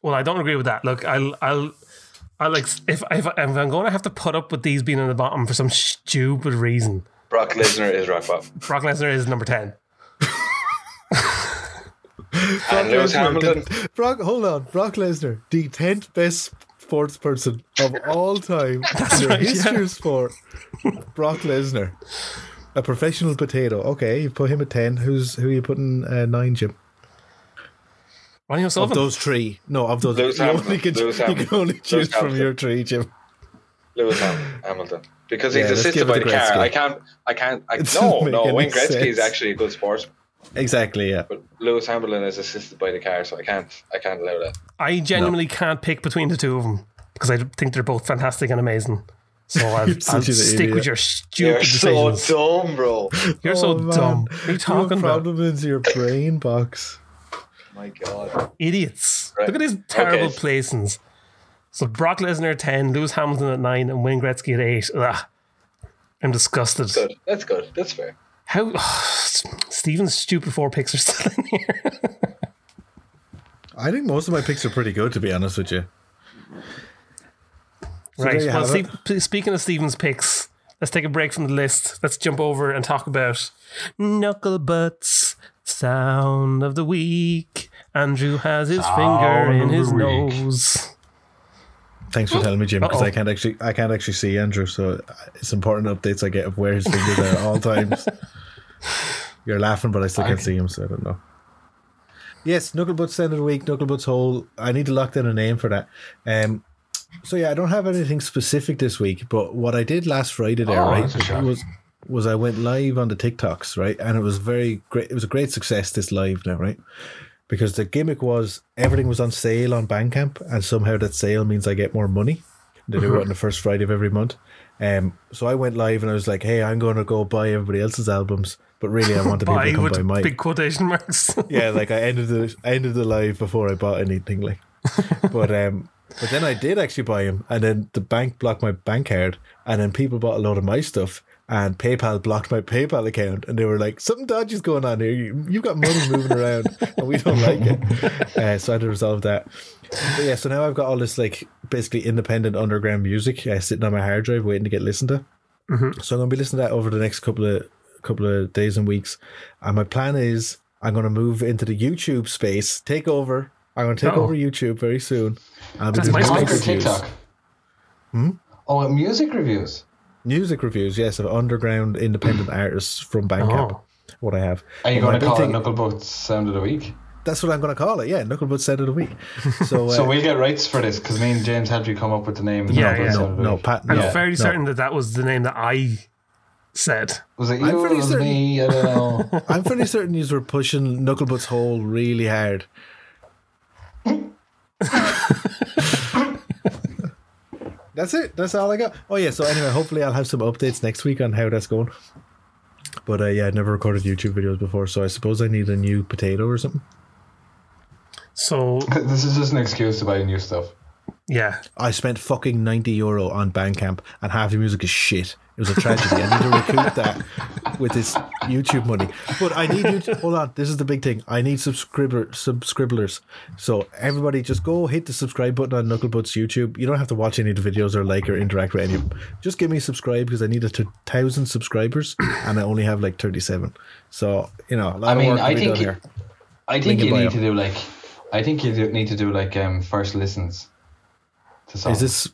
[SPEAKER 1] Well, I don't agree with that. Look, I'll, I'll, I like if if, if I'm going to have to put up with these being in the bottom for some stupid reason.
[SPEAKER 4] Brock Lesnar is rock bottom.
[SPEAKER 1] Brock Lesnar is number ten.
[SPEAKER 4] And Lewis Hamilton.
[SPEAKER 2] Brock, hold on, Brock Lesnar, the tenth best sports person of all time in the
[SPEAKER 1] right,
[SPEAKER 2] history
[SPEAKER 1] yeah.
[SPEAKER 2] of sport. Brock Lesnar, a professional potato. Okay, you put him at ten. Who's who? Are you putting uh, nine, Jim?
[SPEAKER 1] Ronnie
[SPEAKER 2] Of
[SPEAKER 1] O'Sullivan.
[SPEAKER 2] those three, no, of those.
[SPEAKER 4] Lewis
[SPEAKER 2] you,
[SPEAKER 4] Hamilton,
[SPEAKER 2] only can,
[SPEAKER 4] Lewis
[SPEAKER 2] you can
[SPEAKER 4] Hamilton,
[SPEAKER 2] only
[SPEAKER 4] Lewis
[SPEAKER 2] choose from
[SPEAKER 4] Hamilton.
[SPEAKER 2] your three, Jim.
[SPEAKER 4] Lewis Ham- Hamilton. Because
[SPEAKER 2] Yeah,
[SPEAKER 4] he's
[SPEAKER 2] let's give it
[SPEAKER 4] assisted by
[SPEAKER 2] to
[SPEAKER 4] the car.
[SPEAKER 2] Gretzky.
[SPEAKER 4] I can't I can't I,
[SPEAKER 2] It
[SPEAKER 4] no,
[SPEAKER 2] doesn't
[SPEAKER 4] no,
[SPEAKER 2] make
[SPEAKER 4] Wayne
[SPEAKER 2] any
[SPEAKER 4] Gretzky
[SPEAKER 2] sense.
[SPEAKER 4] is actually a good sportsman,
[SPEAKER 2] Exactly. Yeah.
[SPEAKER 4] but Lewis Hamilton is assisted by the car, so I can't I can't allow that.
[SPEAKER 1] I genuinely can't pick between the two of them because I think they're both fantastic and amazing. So I'll,
[SPEAKER 2] You're such
[SPEAKER 1] I'll
[SPEAKER 2] an
[SPEAKER 1] stick
[SPEAKER 2] idiot.
[SPEAKER 1] with your stupid
[SPEAKER 4] You're so
[SPEAKER 1] decisions.
[SPEAKER 4] dumb, bro.
[SPEAKER 1] You're so
[SPEAKER 2] Oh, man.
[SPEAKER 1] dumb. What are you
[SPEAKER 2] You
[SPEAKER 1] talking
[SPEAKER 2] have
[SPEAKER 1] about?
[SPEAKER 2] problems in your brain box.
[SPEAKER 4] My God.
[SPEAKER 1] Idiots.
[SPEAKER 4] Right.
[SPEAKER 1] Look at these terrible
[SPEAKER 4] Okay.
[SPEAKER 1] placings. So Brock Lesnar at ten, Lewis Hamilton at nine, and Wayne Gretzky at eight. Ugh. I'm disgusted.
[SPEAKER 4] Good. That's good. That's fair.
[SPEAKER 1] How Steven's stupid four picks are still in here.
[SPEAKER 2] I think most of my picks are pretty good, to be honest with you.
[SPEAKER 1] right.
[SPEAKER 2] there you
[SPEAKER 1] Well,
[SPEAKER 2] have it.
[SPEAKER 1] Steve, p- speaking of Stephen's picks, let's take a break from the list. Let's jump over and talk about Knuckle Butts Sound of the Week. Andrew has his finger
[SPEAKER 5] Sound
[SPEAKER 1] in
[SPEAKER 5] of
[SPEAKER 1] his
[SPEAKER 5] the week.
[SPEAKER 1] nose.
[SPEAKER 2] Thanks
[SPEAKER 5] Hmm?
[SPEAKER 2] for telling me, Jim, because
[SPEAKER 1] Uh-oh.
[SPEAKER 2] I can't actually I can't actually see Andrew, so it's important updates I get of where his fingers are at all times. You're laughing, but I still can't
[SPEAKER 5] Okay.
[SPEAKER 2] see him, so I don't know. Yes, Knucklebutt Sound of the Week, Knucklebutt's Hole. I need to lock down a name for that. Um, so yeah, I don't have anything specific this week, but what I did last Friday there,
[SPEAKER 5] Oh,
[SPEAKER 2] right,
[SPEAKER 5] that's a shock.
[SPEAKER 2] was was I went live on the TikToks, right, and it was very great. It was a great success this live now, right, because the gimmick was everything was on sale on Bandcamp, and somehow that sale means I get more money. They
[SPEAKER 1] Mm-hmm.
[SPEAKER 2] do it on the first Friday of every month. Um, so I went live and I was like, "Hey, I'm going to go buy everybody else's albums, but really, I wanted people
[SPEAKER 1] Buy
[SPEAKER 2] to come buy
[SPEAKER 1] with
[SPEAKER 2] mine."
[SPEAKER 1] big quotation marks.
[SPEAKER 2] yeah, like I ended the I ended the live before I bought anything. Like, but um, but then I did actually buy them, and then the bank blocked my bank card, and then people bought a lot of my stuff, and PayPal blocked my PayPal account, and they were like, "Something dodgy's going on here. You, you've got money moving around, and we don't like it." Uh, so I had to resolve that. But yeah, so now I've got all this like basically independent underground music uh, sitting on my hard drive waiting to get listened to.
[SPEAKER 5] Mm-hmm.
[SPEAKER 2] So I'm gonna be listening to that over the next couple of couple of days and weeks. And my plan is I'm gonna move into the YouTube space, take over. I'm gonna take
[SPEAKER 1] Oh.
[SPEAKER 2] over YouTube very soon. I'll be
[SPEAKER 1] That's
[SPEAKER 2] doing
[SPEAKER 1] MySpace.
[SPEAKER 5] Music
[SPEAKER 2] music
[SPEAKER 1] Micro
[SPEAKER 5] or
[SPEAKER 2] reviews. Hmm?
[SPEAKER 5] TikTok? Oh, music reviews.
[SPEAKER 2] Music reviews, yes, of underground independent artists from Bandcamp.
[SPEAKER 1] Oh.
[SPEAKER 2] What I have.
[SPEAKER 5] Mm. Are you
[SPEAKER 2] But my
[SPEAKER 5] going to
[SPEAKER 2] big
[SPEAKER 5] call it
[SPEAKER 2] thing-
[SPEAKER 5] Knuckleboat Sound of the Week?
[SPEAKER 2] That's what I'm gonna call it. Yeah, Knucklebutt Sound of the Week. So, uh,
[SPEAKER 5] So we'll get rights for this because me and James helped you come up with the name.
[SPEAKER 1] Yeah,
[SPEAKER 5] Knuckleboat
[SPEAKER 1] yeah.
[SPEAKER 5] Sound
[SPEAKER 2] no,
[SPEAKER 5] of the
[SPEAKER 2] no,
[SPEAKER 5] Week.
[SPEAKER 2] Pat,
[SPEAKER 1] I'm
[SPEAKER 2] no,
[SPEAKER 1] very
[SPEAKER 2] no.
[SPEAKER 1] certain that that was the name that I said.
[SPEAKER 5] Was it you
[SPEAKER 2] I'm
[SPEAKER 5] or
[SPEAKER 2] pretty
[SPEAKER 5] was it
[SPEAKER 2] certain-
[SPEAKER 5] me? I don't know.
[SPEAKER 2] I'm pretty certain these were pushing Knucklebutt's hole really hard. that's it. That's all I got. Oh yeah. So anyway, hopefully I'll have some updates next week on how that's going. But uh, yeah, I never recorded YouTube videos before, so I suppose I need a new potato or something.
[SPEAKER 1] So
[SPEAKER 5] this is just an excuse to buy new stuff.
[SPEAKER 1] yeah,
[SPEAKER 2] I spent fucking ninety euro on Bandcamp, and half the music is shit. It was a tragedy. I need to recoup that with this YouTube money. But I need you. Hold on, this is the big thing. I need subscriber subscribers. So everybody, just go hit the subscribe button on Knucklebutt's YouTube. You don't have to watch any of the videos or like or interact with any of them. Just give me subscribe because I need a t- thousand subscribers, and I only have like thirty-seven. So you know, a lot
[SPEAKER 5] I mean,
[SPEAKER 2] of work to
[SPEAKER 5] I
[SPEAKER 2] be
[SPEAKER 5] think
[SPEAKER 2] done here.
[SPEAKER 5] I think
[SPEAKER 2] Link in
[SPEAKER 5] you
[SPEAKER 2] bio.
[SPEAKER 5] need to do like, I think you do, need to do like um first listens to songs.
[SPEAKER 2] Is this?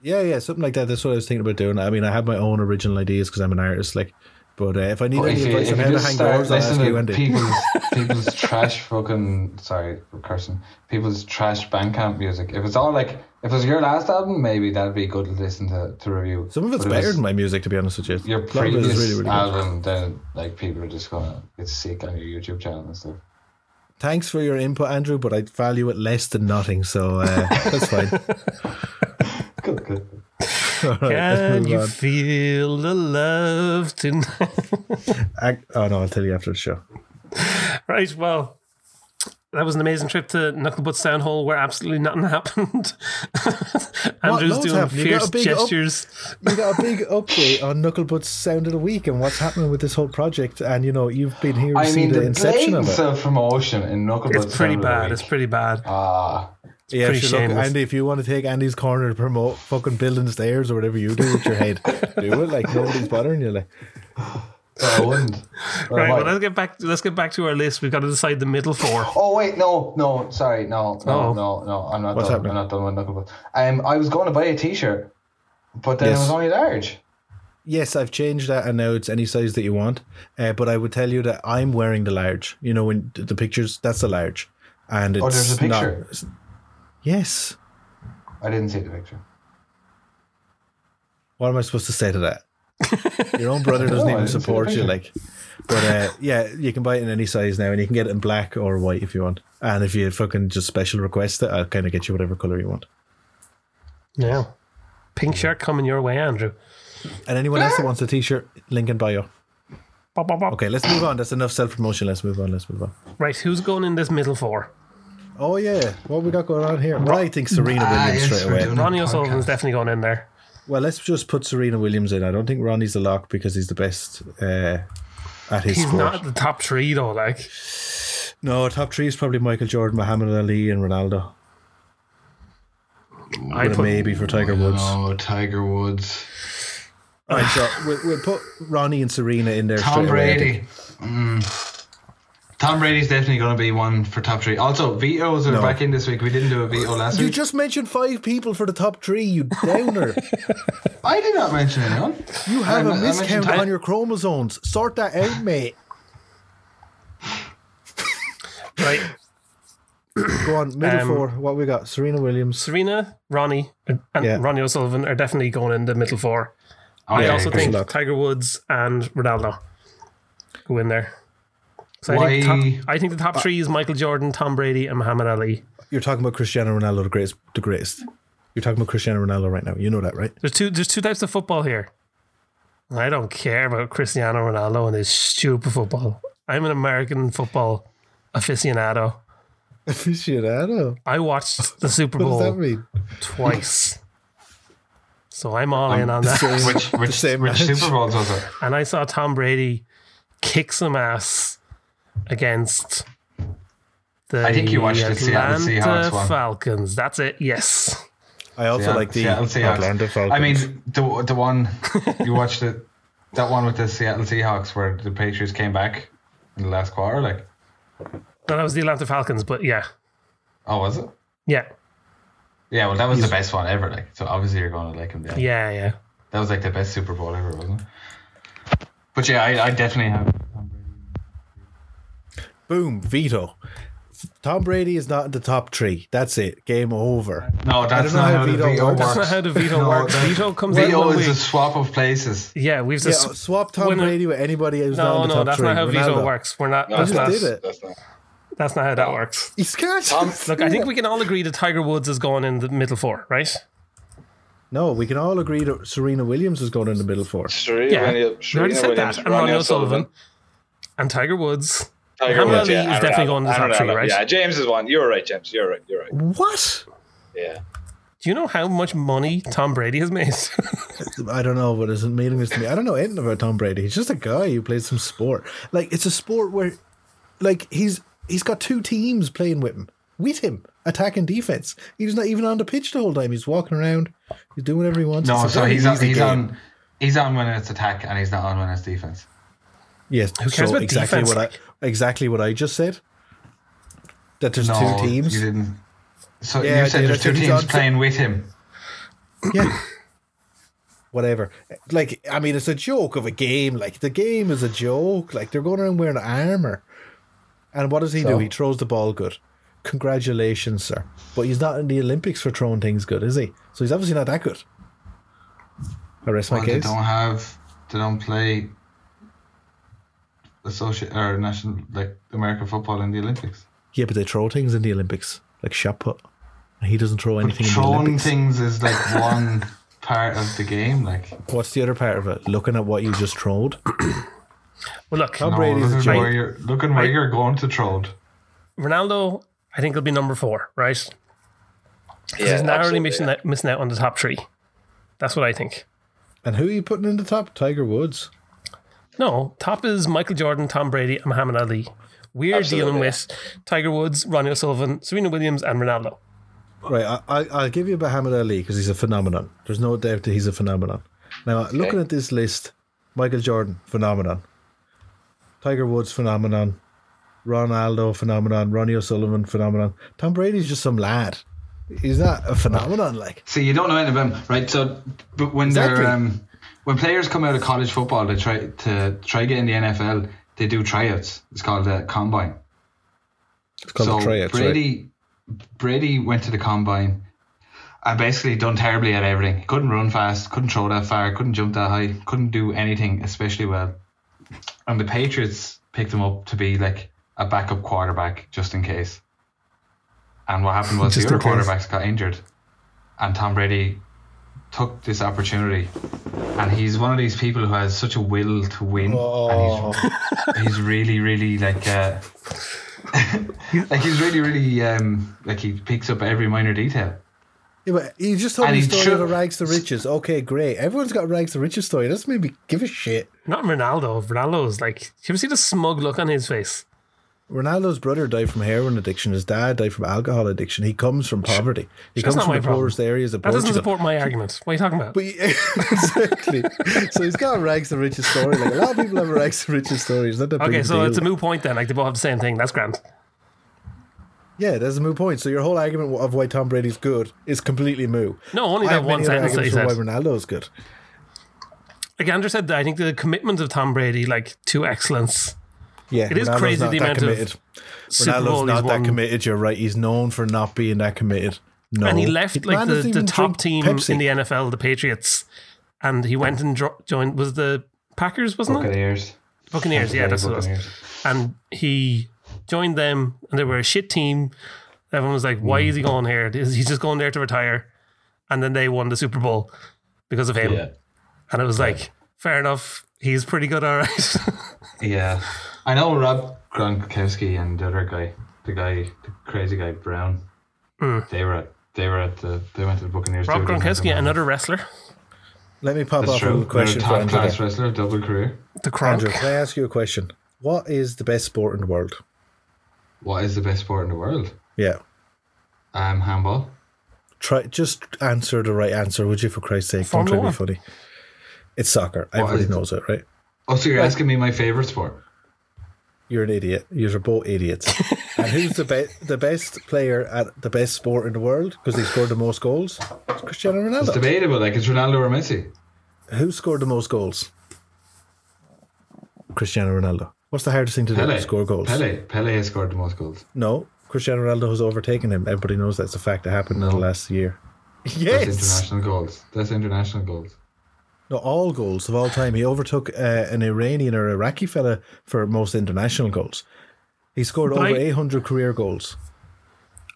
[SPEAKER 2] Yeah, yeah, something like that. That's what I was thinking about doing. I mean, I have my own original ideas because I'm an artist, like. But uh, if I need
[SPEAKER 5] But
[SPEAKER 2] any
[SPEAKER 5] if you, if
[SPEAKER 2] advice on
[SPEAKER 5] you
[SPEAKER 2] how to
[SPEAKER 5] just
[SPEAKER 2] hang
[SPEAKER 5] start
[SPEAKER 2] doors, I'll ask you,
[SPEAKER 5] listening to
[SPEAKER 2] Andy.
[SPEAKER 5] people's people's trash fucking sorry cursing people's trash bandcamp music. If it's all like if it was your last album, maybe that'd be good to listen to to review.
[SPEAKER 2] Some of it's
[SPEAKER 5] But if
[SPEAKER 2] better than my music, to be honest with you.
[SPEAKER 5] Your
[SPEAKER 2] A lot of it is
[SPEAKER 5] previous
[SPEAKER 2] really, really good.
[SPEAKER 5] album, then like people are just gonna get sick on your YouTube channel and stuff.
[SPEAKER 2] Thanks for your input, Andrew, but I value it less than nothing, so uh, that's fine.
[SPEAKER 5] Good, good.
[SPEAKER 2] All right, let's
[SPEAKER 1] can
[SPEAKER 2] move
[SPEAKER 1] you
[SPEAKER 2] on.
[SPEAKER 1] feel the love tonight?
[SPEAKER 2] I- oh no, I'll tell you after the show.
[SPEAKER 1] Right, well, that was an amazing trip to Knucklebutts Town Hall where absolutely nothing happened. Andrew's
[SPEAKER 2] loads
[SPEAKER 1] doing
[SPEAKER 2] happened? You got
[SPEAKER 1] fierce
[SPEAKER 2] a big up-
[SPEAKER 1] gestures.
[SPEAKER 2] We got a big update on Knucklebutt's Sound of the Week and what's happening with this whole project. And you know, you've been here to
[SPEAKER 5] I
[SPEAKER 2] see
[SPEAKER 5] mean,
[SPEAKER 2] the
[SPEAKER 5] the
[SPEAKER 2] inception
[SPEAKER 5] blatant
[SPEAKER 2] of it.
[SPEAKER 5] self promotion in Knucklebones.
[SPEAKER 1] It's pretty bad. It's pretty bad.
[SPEAKER 5] Ah,
[SPEAKER 2] Yeah,
[SPEAKER 1] pretty
[SPEAKER 2] sure, look,
[SPEAKER 1] shameless.
[SPEAKER 2] Andy, if you want to take Andy's corner to promote fucking building stairs or whatever you do with your head, do it. Like nobody's bothering you. Like,
[SPEAKER 5] I wouldn't.
[SPEAKER 1] Right, well, let's get back. Let's get back to our list. We've got to decide the middle four.
[SPEAKER 5] Oh wait, no, no, sorry, no, no,
[SPEAKER 1] Uh-oh.
[SPEAKER 5] no, no. I'm not.
[SPEAKER 2] What's
[SPEAKER 5] done.
[SPEAKER 2] happening?
[SPEAKER 5] I'm not done with knuckleball. Um, I was going to buy a T-shirt, but then
[SPEAKER 2] Yes.
[SPEAKER 5] it was only large.
[SPEAKER 2] yes, I've changed that, and now it's any size that you want. Uh, but I would tell you that I'm wearing the large. You know, when the pictures, that's the large, and it's
[SPEAKER 5] Oh, there's a
[SPEAKER 2] not-
[SPEAKER 5] picture.
[SPEAKER 2] yes.
[SPEAKER 5] I didn't see the picture.
[SPEAKER 2] What am I supposed to say to that? Your own brother doesn't
[SPEAKER 5] No, I
[SPEAKER 2] even
[SPEAKER 5] didn't see the
[SPEAKER 2] support you,
[SPEAKER 5] picture.
[SPEAKER 2] like. But uh, yeah, you can buy it in any size now, and you can get it in black or white if you want. And if you fucking just special request it, I'll kind of get you whatever color you want.
[SPEAKER 1] Yeah, pink shirt coming your way, Andrew.
[SPEAKER 2] And anyone
[SPEAKER 5] Ah.
[SPEAKER 2] else that wants a t-shirt, link in bio.
[SPEAKER 1] Bop, bop, bop.
[SPEAKER 2] Okay, let's move on. That's enough self-promotion. Let's move on. Let's move on.
[SPEAKER 1] Right, who's going in this middle four?
[SPEAKER 2] Oh yeah, what we got going on here? Well, I think Serena
[SPEAKER 5] Ah,
[SPEAKER 2] Williams
[SPEAKER 5] yes,
[SPEAKER 2] straight
[SPEAKER 5] we're
[SPEAKER 2] away.
[SPEAKER 5] doing it.
[SPEAKER 1] Ronnie
[SPEAKER 5] podcast.
[SPEAKER 1] O'Sullivan's definitely going in there.
[SPEAKER 2] Well, let's just put Serena Williams in. I don't think Ronnie's the lock because he's the best uh, at his
[SPEAKER 1] He's
[SPEAKER 2] sport.
[SPEAKER 1] not at the top three though. Like
[SPEAKER 2] No, top three is probably Michael Jordan, Muhammad Ali, and Ronaldo.
[SPEAKER 1] I
[SPEAKER 2] With a
[SPEAKER 1] put,
[SPEAKER 2] maybe for Tiger Woods.
[SPEAKER 5] Oh, Tiger Woods.
[SPEAKER 2] All right, so we'll, we'll put Ronnie and Serena in there.
[SPEAKER 5] Tom
[SPEAKER 2] straight away, I think.
[SPEAKER 5] Brady. Mm. Tom Brady's definitely going to be one for top three. Also, vetoes are
[SPEAKER 2] No.
[SPEAKER 5] back in this week. We didn't do a veto last
[SPEAKER 2] You
[SPEAKER 5] week.
[SPEAKER 2] just mentioned five people for the top three, you downer.
[SPEAKER 5] I did not mention anyone.
[SPEAKER 2] You have
[SPEAKER 5] I- I
[SPEAKER 2] a
[SPEAKER 5] mentioned
[SPEAKER 2] miscount
[SPEAKER 5] Ty-
[SPEAKER 2] on your chromosomes. Sort that out, mate.
[SPEAKER 1] Right.
[SPEAKER 2] Go on, middle
[SPEAKER 1] Um,
[SPEAKER 2] four. What we got? Serena Williams.
[SPEAKER 1] Serena, Ronnie, and and
[SPEAKER 2] Yeah.
[SPEAKER 1] Ronnie O'Sullivan are definitely going in the middle four.
[SPEAKER 5] Oh,
[SPEAKER 1] I
[SPEAKER 5] yeah,
[SPEAKER 1] also
[SPEAKER 5] agree.
[SPEAKER 1] think
[SPEAKER 2] luck.
[SPEAKER 1] Tiger Woods and Ronaldo go in there. So I think,
[SPEAKER 5] Why-
[SPEAKER 1] top, I think the top three is Michael Jordan, Tom Brady, and Muhammad Ali.
[SPEAKER 2] You're talking about Cristiano Ronaldo, the greatest. The greatest. You're talking about Cristiano Ronaldo right now. You know that, right?
[SPEAKER 1] There's two. There's two types of football here. I don't care about Cristiano Ronaldo and his stupid football. I'm an American football aficionado.
[SPEAKER 2] Aficionado.
[SPEAKER 1] I watched the Super
[SPEAKER 2] What does that
[SPEAKER 1] Bowl
[SPEAKER 2] mean?
[SPEAKER 1] twice, so I'm all in on that.
[SPEAKER 5] Which, which,
[SPEAKER 2] same
[SPEAKER 5] which
[SPEAKER 2] match.
[SPEAKER 5] Super Bowls was it?
[SPEAKER 1] And I saw Tom Brady kick some ass against the
[SPEAKER 5] I think you watched the Seattle
[SPEAKER 1] Atlanta
[SPEAKER 5] Seahawks one.
[SPEAKER 1] Falcons. That's it. Yes.
[SPEAKER 2] I also
[SPEAKER 5] Yeah,
[SPEAKER 2] like the
[SPEAKER 5] Seattle Seahawks.
[SPEAKER 2] Atlanta Falcons.
[SPEAKER 5] I mean, the the one you watched it, that one with the Seattle Seahawks where the Patriots came back in the last quarter. Like,
[SPEAKER 1] No, that was the Atlanta Falcons. But yeah,
[SPEAKER 5] oh, was it?
[SPEAKER 1] yeah,
[SPEAKER 5] Yeah, well, that was the best one ever. Like, so obviously you're going to like him. Yeah.
[SPEAKER 1] yeah, yeah.
[SPEAKER 5] That was like the best Super Bowl ever, wasn't it? But yeah, I, I definitely have. Tom Brady.
[SPEAKER 2] boom, veto. Tom Brady is not in the top three. That's it. Game over.
[SPEAKER 5] No,
[SPEAKER 2] I
[SPEAKER 5] that's
[SPEAKER 2] don't know
[SPEAKER 5] not
[SPEAKER 2] how
[SPEAKER 5] how the
[SPEAKER 2] veto
[SPEAKER 5] veto works.
[SPEAKER 2] works.
[SPEAKER 1] That's not how the veto
[SPEAKER 5] No,
[SPEAKER 1] works.
[SPEAKER 5] that-
[SPEAKER 1] Veto comes out
[SPEAKER 5] Veto
[SPEAKER 1] when
[SPEAKER 5] is
[SPEAKER 1] we,
[SPEAKER 5] a swap of places.
[SPEAKER 1] yeah, we've
[SPEAKER 2] Yeah,
[SPEAKER 1] just
[SPEAKER 2] swap Tom
[SPEAKER 1] when-
[SPEAKER 2] Brady with anybody who's
[SPEAKER 1] no,
[SPEAKER 2] not in the
[SPEAKER 1] no,
[SPEAKER 2] top
[SPEAKER 1] that's
[SPEAKER 2] three.
[SPEAKER 1] not how veto
[SPEAKER 2] Ronaldo.
[SPEAKER 1] works. We're not.
[SPEAKER 4] No,
[SPEAKER 1] that's,
[SPEAKER 2] just
[SPEAKER 1] not
[SPEAKER 2] did it.
[SPEAKER 4] That's not.
[SPEAKER 1] that's not how that works.
[SPEAKER 2] He's can't.
[SPEAKER 4] Tom-
[SPEAKER 1] Look, I think we can all agree that Tiger Woods is going in the middle four, right?
[SPEAKER 2] No, we can all agree that Serena Williams is going in the middle four.
[SPEAKER 4] Serena,
[SPEAKER 1] Yeah, we
[SPEAKER 4] Williams,
[SPEAKER 1] already
[SPEAKER 4] Serena
[SPEAKER 1] said
[SPEAKER 4] Williams,
[SPEAKER 1] that. And
[SPEAKER 4] Ronnie
[SPEAKER 1] Ronnie
[SPEAKER 4] O'Sullivan,
[SPEAKER 1] O'Sullivan. and Tiger Woods.
[SPEAKER 4] Tiger
[SPEAKER 1] Muhammad
[SPEAKER 4] Woods,
[SPEAKER 1] Ali
[SPEAKER 4] yeah,
[SPEAKER 1] is
[SPEAKER 4] and
[SPEAKER 1] definitely
[SPEAKER 4] Ronaldo.
[SPEAKER 1] going to the
[SPEAKER 4] And
[SPEAKER 1] top three,
[SPEAKER 4] Ronaldo,
[SPEAKER 1] right?
[SPEAKER 4] Yeah, James is one. You're right, James. You're right. You're right.
[SPEAKER 2] What?
[SPEAKER 4] Yeah.
[SPEAKER 1] Do you know how much money Tom Brady has made?
[SPEAKER 2] I don't know what isn't meaningless to me. I don't know anything about Tom Brady. He's just a guy who plays some sport. Like it's a sport where, like he's he's got two teams playing with him, with him, attack and defense. He's not even on the pitch the whole time. He's walking around. He's doing whatever he wants.
[SPEAKER 5] No,
[SPEAKER 2] It's a
[SPEAKER 5] so
[SPEAKER 2] very
[SPEAKER 5] he's on,
[SPEAKER 2] easy
[SPEAKER 5] he's
[SPEAKER 2] game.
[SPEAKER 5] on he's on when it's attack and he's not on when it's defense.
[SPEAKER 2] Yes,
[SPEAKER 1] Who cares
[SPEAKER 2] so
[SPEAKER 1] about
[SPEAKER 2] exactly
[SPEAKER 1] defense?
[SPEAKER 2] what I exactly what I just said. That there's
[SPEAKER 5] No,
[SPEAKER 2] two teams.
[SPEAKER 5] You didn't. So
[SPEAKER 2] Yeah,
[SPEAKER 5] you
[SPEAKER 2] I
[SPEAKER 5] said
[SPEAKER 2] did. I
[SPEAKER 5] there's two
[SPEAKER 2] said he's
[SPEAKER 5] teams
[SPEAKER 2] on-
[SPEAKER 5] playing with him.
[SPEAKER 2] Yeah. Whatever. Like, I mean, it's a joke of a game. Like, the game is a joke. Like, they're going around wearing armor. And what does he do? He throws the ball good. Congratulations, sir. But he's not in the Olympics for throwing things good, is he? So he's obviously not that good. I rest my
[SPEAKER 5] Well, they
[SPEAKER 2] case.
[SPEAKER 5] don't have. They don't play. Associate or national like American football in the Olympics.
[SPEAKER 2] Yeah, but they throw things in the Olympics, like shot put. And he doesn't throw anything in the
[SPEAKER 5] Throwing
[SPEAKER 2] Olympics.
[SPEAKER 5] things is like one part of the game. Like
[SPEAKER 2] What's the other part of it? Looking at what you just trolled.
[SPEAKER 1] well, look,
[SPEAKER 2] Tom
[SPEAKER 5] no,
[SPEAKER 2] Brady's a
[SPEAKER 5] looking
[SPEAKER 2] giant.
[SPEAKER 5] where you're looking where you're going to throw.
[SPEAKER 1] Ronaldo, I think, will be number four, right?
[SPEAKER 4] Yeah,
[SPEAKER 1] He's narrowly
[SPEAKER 4] absolutely,
[SPEAKER 1] missing,
[SPEAKER 4] yeah.
[SPEAKER 1] out, missing out on the top three. That's what I think.
[SPEAKER 2] And who are you putting in the top? Tiger Woods.
[SPEAKER 1] No, top is Michael Jordan, Tom Brady, and Muhammad Ali. We're
[SPEAKER 4] Absolutely,
[SPEAKER 1] dealing
[SPEAKER 4] yeah.
[SPEAKER 1] with Tiger Woods, Ronnie O'Sullivan, Serena Williams, and Ronaldo.
[SPEAKER 2] Right, I, I, I'll give you Muhammad Ali because he's a phenomenon. There's no doubt that he's a phenomenon. Now, looking at this list, Michael Jordan, phenomenon. Tiger Woods, phenomenon. Ronaldo, phenomenon. Ronnie O'Sullivan, phenomenon. Tom Brady's just some lad. He's not a phenomenon, like.
[SPEAKER 5] See, you don't know anything about them, right? So, but when
[SPEAKER 2] Exactly.
[SPEAKER 5] they're um, when players come out of college football, they try to try get in the NFL. They do tryouts. It's called the combine.
[SPEAKER 2] It's called
[SPEAKER 5] so
[SPEAKER 2] a tryout, right?
[SPEAKER 5] Brady, Brady went to the combine and basically done terribly at everything. Couldn't run fast, couldn't throw that far, couldn't jump that high, couldn't do anything especially well. And the Patriots picked him up to be like a backup quarterback just in case. And what happened was the
[SPEAKER 2] Just in
[SPEAKER 5] other
[SPEAKER 2] case.
[SPEAKER 5] quarterbacks got injured, and Tom Brady took this opportunity. And he's one of these people who has such a will to win,
[SPEAKER 2] Oh,
[SPEAKER 5] and he's, he's really, really like. Uh, like he's really, really um, like he picks up every minor detail.
[SPEAKER 2] yeah, but you just told
[SPEAKER 5] And
[SPEAKER 2] me the
[SPEAKER 5] he
[SPEAKER 2] story
[SPEAKER 5] should-
[SPEAKER 2] of a rags to riches. Okay, great. Everyone's got a rags to riches story. That's made me give a shit.
[SPEAKER 1] Not Ronaldo. Ronaldo's like, you ever see the smug look on his face?
[SPEAKER 2] Ronaldo's brother died from heroin addiction. His dad died from alcohol addiction. He comes from poverty. He
[SPEAKER 1] That's
[SPEAKER 2] comes
[SPEAKER 1] not
[SPEAKER 2] from
[SPEAKER 1] my
[SPEAKER 2] the
[SPEAKER 1] problem.
[SPEAKER 2] poorest areas of
[SPEAKER 1] That doesn't
[SPEAKER 2] Portugal.
[SPEAKER 1] support my argument. What are you talking about?
[SPEAKER 2] But he- exactly. so he's got a rags to riches story. Like a lot of people have a rags to riches story. It's not that big
[SPEAKER 1] okay,
[SPEAKER 2] a
[SPEAKER 1] so
[SPEAKER 2] deal.
[SPEAKER 1] it's a moot point then. Like they both have the same thing. That's grand.
[SPEAKER 2] yeah, that's a moot point. So your whole argument of why Tom Brady's good is completely moo.
[SPEAKER 1] No, only
[SPEAKER 2] I
[SPEAKER 1] that
[SPEAKER 2] have
[SPEAKER 1] one
[SPEAKER 2] many other
[SPEAKER 1] sentence that he
[SPEAKER 2] arguments for
[SPEAKER 1] said.
[SPEAKER 2] why Ronaldo's good.
[SPEAKER 1] Like Andrew said, that I think the commitment of Tom Brady, like to excellence,
[SPEAKER 2] Yeah,
[SPEAKER 1] It is
[SPEAKER 2] Ronaldo's
[SPEAKER 1] crazy
[SPEAKER 2] not
[SPEAKER 1] the
[SPEAKER 2] that
[SPEAKER 1] amount of
[SPEAKER 2] committed.
[SPEAKER 1] Super
[SPEAKER 2] Ronaldo's
[SPEAKER 1] Bowl he's
[SPEAKER 2] not that
[SPEAKER 1] won.
[SPEAKER 2] committed. You're right. He's known for not being that committed. No,
[SPEAKER 1] and he left
[SPEAKER 2] He-
[SPEAKER 1] like
[SPEAKER 2] man
[SPEAKER 1] the,
[SPEAKER 2] doesn't
[SPEAKER 1] the
[SPEAKER 2] even
[SPEAKER 1] top team
[SPEAKER 2] drink Pepsi.
[SPEAKER 1] in the NFL, the Patriots, and he went and dro- joined was the Packers, wasn't it?
[SPEAKER 5] Buccaneers.
[SPEAKER 1] Buccaneers, yeah, that's what it was.
[SPEAKER 5] Buccaneers.
[SPEAKER 1] And he joined them, and they were a shit team. Everyone was like,
[SPEAKER 5] Mm.
[SPEAKER 1] "Why is he going here? Is- He's just going there to retire." And then they won the Super Bowl because of him,
[SPEAKER 5] Yeah.
[SPEAKER 1] and it was like, fair enough. He's pretty good, all right.
[SPEAKER 5] Yeah. I know Rob Gronkowski and the other guy, the guy, the crazy guy Brown. They were at, they were at the they went to the Buccaneers.
[SPEAKER 1] Hmm. Rob
[SPEAKER 5] too, didn't they?
[SPEAKER 1] Gronkowski, another wrestler,
[SPEAKER 2] Let me pop
[SPEAKER 5] That's
[SPEAKER 2] off a
[SPEAKER 5] true.
[SPEAKER 2] little question for
[SPEAKER 5] Top
[SPEAKER 2] Andrew.
[SPEAKER 5] class wrestler, double career.
[SPEAKER 1] the Kronk.
[SPEAKER 2] Andrew, can I ask you a question? What is the best sport in the world?
[SPEAKER 5] What is the best sport in the world?
[SPEAKER 2] Yeah.
[SPEAKER 5] Um, handball.
[SPEAKER 2] Try just answer the right answer, would you? For Christ's sake,
[SPEAKER 1] Formula
[SPEAKER 2] don't try
[SPEAKER 1] One.
[SPEAKER 2] to be funny. It's soccer.
[SPEAKER 5] is
[SPEAKER 2] Everybody
[SPEAKER 5] it?
[SPEAKER 2] knows it, right?
[SPEAKER 5] Oh, so you're asking me my favorite sport?
[SPEAKER 2] You're an idiot. You're both idiots. and who's the best, the best player at the best sport in the world because they scored the most goals? It's Cristiano
[SPEAKER 5] It's
[SPEAKER 2] Ronaldo.
[SPEAKER 5] debatable. Like it's Ronaldo or Messi.
[SPEAKER 2] Who scored the most goals? Cristiano Ronaldo. What's the hardest thing to do?
[SPEAKER 5] Pele
[SPEAKER 2] Score goals.
[SPEAKER 5] Pele. Pele has scored the most goals.
[SPEAKER 2] No, Cristiano Ronaldo has overtaken him. Everybody knows that's a fact that happened in the last year.
[SPEAKER 5] That's
[SPEAKER 2] Yes.
[SPEAKER 5] international goals. That's international goals.
[SPEAKER 2] No, all goals of all time. He overtook uh, an Iranian or Iraqi fella for most international goals. He scored
[SPEAKER 1] But
[SPEAKER 2] over
[SPEAKER 1] I-
[SPEAKER 2] 800 career goals.